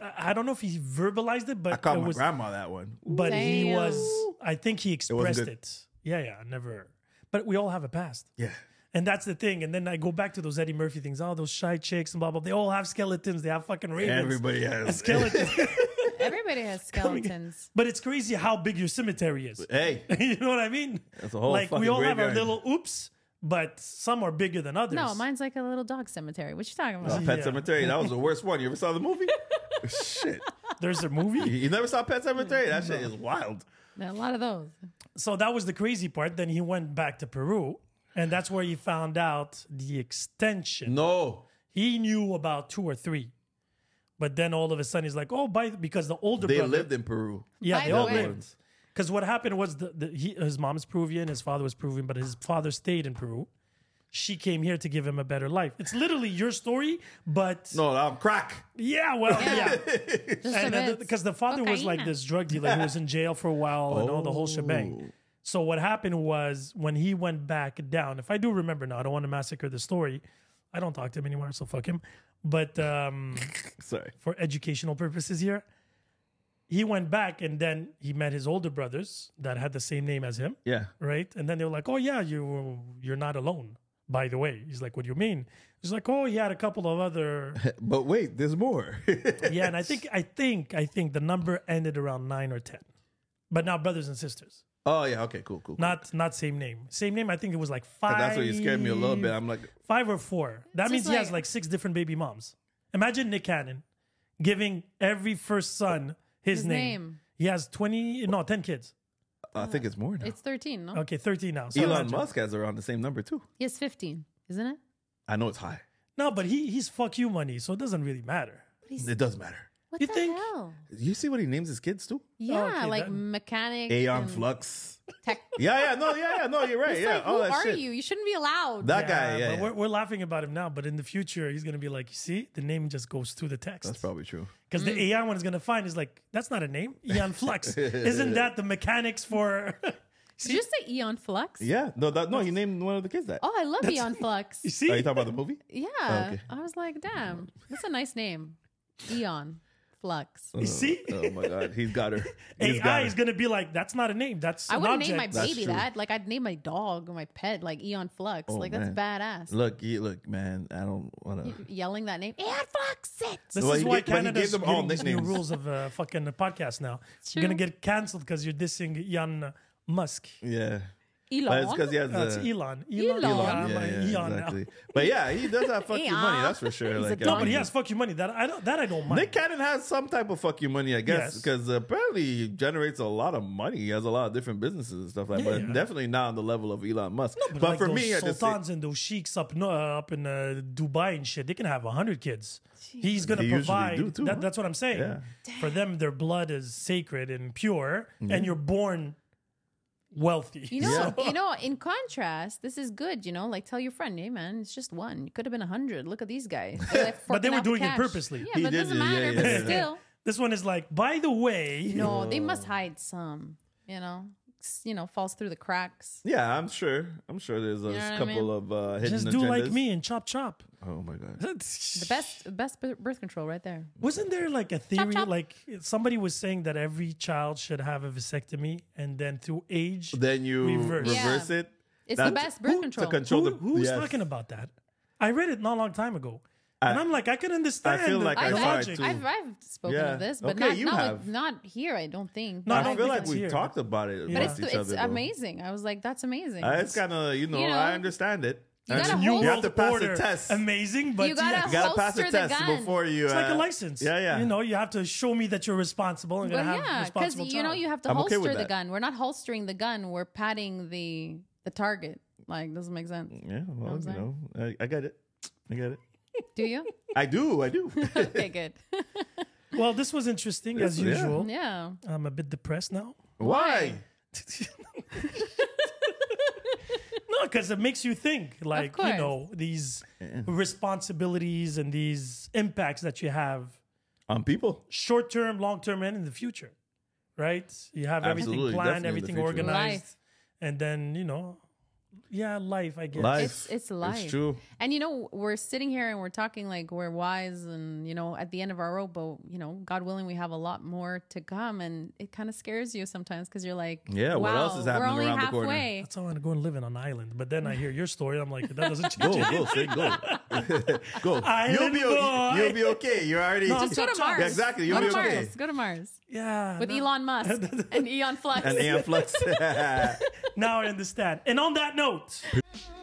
D: I I don't know if he verbalized it, but
E: I called
D: it
E: my
D: was.
E: grandma that one.
D: But he
C: Damn.
D: was. I think he expressed it,
E: good.
D: Yeah, yeah. Never. But we all have a past,
E: Yeah.
D: and that's the thing. And then I go back to those Eddie Murphy things. Oh, those shy chicks and blah blah. They all have skeletons. They have fucking ravens.
E: Everybody has.
D: Skeletons.
C: Everybody has skeletons.
D: but it's crazy how big your cemetery is.
E: hey.
D: you know what I mean?
E: That's a whole
D: like we
E: fucking
D: all have our
E: graveyard.
D: little oops, but some are bigger than others.
C: No, mine's like a little dog cemetery. What you talking about?
E: Pet
D: Yeah.
E: Cemetery. That was the worst one. You ever saw the movie? Shit.
D: There's a movie.
E: You never saw Pet Cemetery? That shit is wild.
C: A lot of those.
D: so that was the crazy part. Then he went back to Peru, and that's where he found out the extension.
E: No.
D: He knew about two or three, but then all of a sudden he's like, "Oh, by because the older
E: They
D: brother,
E: lived in Peru.
D: yeah,
C: By
D: they
C: the
D: all
C: way.
D: lived." Because what happened was the, the, he, his mom's Peruvian, his father was Peruvian, but his father stayed in Peru. She came here to give him a better life. It's literally your story, but
E: No, I'm crack.
D: yeah, well, yeah.
C: Just a
D: And
C: bit.
D: because the father was like
C: Cocaine.
D: this drug dealer who was in jail for a while and all the whole shebang. So what happened was when he went back down, if I do remember now, I don't want to massacre the story. I don't talk to him anymore, so fuck him. But um,
E: Sorry.
D: for educational purposes here, he went back and then he met his older brothers that had the same name as him
E: Yeah.
D: right? And then they were like, "Oh yeah, you you're not alone." By the way, he's like, "What do you mean?" He's like, "Oh, he had a couple of other
E: But wait, there's more.
D: yeah." And I think I think I think the number ended around nine or ten, but not brothers and sisters,
E: oh yeah, okay, cool, cool. cool.
D: not not same name, same name. I think it was like five.
E: that's what you scared me a little bit. I'm like,
D: Five or four. That
C: It's
D: means
C: just
D: he has
C: like-
D: like six different baby moms. Imagine Nick Cannon giving every first son his,
C: His
D: name.
C: name.
D: He has twenty, no, ten kids.
E: I think it's more now.
C: It's 13, no?
D: Okay, thirteen now. So
E: Elon
D: imagine.
E: Musk has around the same number too.
C: He has 15, isn't it?
E: I know it's high.
D: No, but he he's fuck you money, so it doesn't really matter.
E: It does matter.
C: What
D: You
C: the
D: think? Oh,
C: hell?
E: You see what he names his kids too?
C: Yeah,
D: okay,
C: like
D: that-
C: mechanic.
E: Aeon
C: and
E: Flux.
C: Tech.
E: Yeah, yeah, no, yeah, yeah, no, you're right.
C: It's
E: yeah,
C: like,
E: all
C: who
E: that
C: are
E: shit.
C: you? You shouldn't be allowed.
E: That guy,
D: but
E: yeah, yeah.
D: We're, we're laughing about him now, but in the future, he's going to be like, you see, the name just goes through the text.
E: That's probably true.
D: Because
C: Mm.
D: the AI one is going to find is like, that's not a name. Eon Flux. Isn't that the mechanics for.
C: Did you just say Eon Flux?
E: Yeah, no, that, no, he named one of the kids that.
C: Oh, I love Eon Flux.
D: you
E: Are
D: see?
E: Oh, you talking about the movie?
C: Yeah.
E: okay.
C: I was like, damn, that's a nice name. Eon Flux.
D: You see?
E: Oh my God, he's got her. He's
D: AI
E: got
D: is
E: her.
D: going to be like, that's not a name. That's
C: I
D: an
C: wouldn't name my
D: object.
E: That's
C: baby
E: true. Oh,
C: that. Like, I'd name my dog or my pet, like Eon Flux. like, that's badass.
E: Look, you, look, man, I don't want to.
C: Yelling that name, Eon Flux, sit.
D: This
E: Well,
D: is
E: he
D: why
E: gave- but he
D: Canada's
E: gave them all
D: getting these new
E: nicknames.
D: rules of uh, fucking the podcast now. You're
C: true.
D: going to get canceled because you're dissing Elon Musk.
E: Yeah. But it's
C: Elon.
E: because he has
D: No, it's
E: the-
D: Elon. Elon.
C: Elon.
D: Yeah,
E: Elon.
D: I'm
E: Yeah,
D: like,
E: yeah,
D: Eon now.
E: exactly. But yeah, he does have fuck you money, that's for sure.
C: He's a
E: Like, uh,
C: donkey.
D: No, but he has fuck you money. That I don't. That I don't mind.
E: Nick Cannon has some type of fuck you money, I guess,
D: Yes.
E: because apparently he generates a lot of money. He has a lot of different businesses and stuff like that,
D: Yeah.
E: but definitely not on the level of Elon Musk. but
D: like
E: for
D: those
E: me, I just say,
D: sultans and those sheiks up no- uh, up in uh, Dubai and shit, they can have hundred kids. He's gonna
E: They usually
D: provide.
E: do too,
D: that,
E: huh?
D: That's what I'm saying.
E: Yeah.
D: For them, their blood is sacred and pure, and you're born wealthy.
C: You know,
E: Yeah.
C: you know. In contrast, this is good. You know, like tell your friend, "Hey, man, it's just one. You could have been a hundred. Look at these guys." They're, like,
D: But they
C: forking
D: were
C: out
D: doing it
C: cash.
D: purposely.
C: Yeah,
E: He
C: but it
E: did
C: doesn't
E: do- yeah,
C: matter.
E: yeah,
C: but
E: yeah.
C: still,
D: This one is like, by the way,
C: no, they must hide some. You know, S- you know, falls through the cracks.
E: yeah, I'm sure. I'm sure there's a
C: know what I
E: couple of uh, hidden
D: just do like
E: agendas.
D: me and chop chop.
E: Oh my god.
C: The best, best bir- birth control right there.
D: Wasn't there like a theory,
C: chop.
D: like somebody was saying that every child should have a vasectomy, and then through age,
E: Then you
D: Reverse.
E: reverse,
C: Yeah.
E: it.
C: It's
E: That's-
C: the best birth control.
E: To control
D: Who,
E: the,
D: who was
E: yes.
D: talking about that? I read it not a long time ago, and I'm like, I can understand.
E: feel like
D: the
E: I
C: I've,
E: saw it
D: logic.
E: too.
C: I've, I've spoken
E: Yeah.
C: of this, but
E: Okay,
C: not
E: you
C: not, with,
E: have.
C: not here. I don't think.
D: No, I
E: I,
C: But
D: don't
E: feel
D: think
E: like
D: it's
E: we
D: here.
E: talked about it.
C: but it's,
E: amongst each
C: it's
E: other, though.
C: amazing. I was like, that's amazing.
E: Uh, it's kind of you know,
C: You know?
E: I understand it.
C: You gotta
E: And
C: hold-
E: you have to
D: World
E: pass
D: order,
E: a test.
D: Amazing, but
C: You gotta-
D: yeah.
E: You gotta pass
C: Holster
E: a
C: the
E: test
C: gun.
E: before you.
D: it's like a
E: uh,
D: license.
E: Yeah, yeah.
D: You know, you have to show me that you're responsible and
C: Well,
D: gonna have a
C: yeah, because
D: responsible
C: you know
D: child.
C: you have to
E: I'm okay
C: holster
E: with
C: the
E: that.
C: gun. We're not holstering the gun. We're patting the the target. Like doesn't make sense.
E: Yeah, well,
C: I'm
E: you
C: saying?
E: know, I, I get it. I get it.
C: Do you?
E: I do. I do.
C: okay, good.
D: well, this was interesting as
E: yeah.
D: usual.
C: yeah.
D: I'm a bit depressed now.
E: Why?
D: No, because it makes you think, like you
C: course.
D: know, these responsibilities and these impacts that you have,
E: On people.
D: short term, long term, and in the future, right? You have
E: Absolutely,
D: everything planned,
E: definitely in the
D: everything
E: future.
D: organized,
C: Life.
D: and then you know, yeah, life. I guess
E: Life.
C: It's it's life.
E: It's true.
C: And you know, we're sitting here and we're talking like we're wise and you know, at the end of our rope, but you know, God willing, we have a lot more to come and it kind of scares you sometimes because you're like,
E: Yeah,
C: wow,
E: what else is
C: we're
E: happening
C: only
E: around the corner?
C: halfway.
D: That's how I want to go and live in an island. But then I hear your story, I'm like, that doesn't
E: Go,
D: change. it.
E: go, Sid, go, go. You'll
D: Island
E: be,
D: boy.
E: o- you'll be okay. You're already.
D: No,
C: Just go to Mars.
E: Yeah, exactly.
C: Go
E: You'll
C: to
E: be okay.
C: Mars. Go to Mars
D: Yeah.
C: with
D: no.
C: Elon Musk and Eon Flux.
E: And Aeon Flux.
D: Now I understand. And on that note.
B: I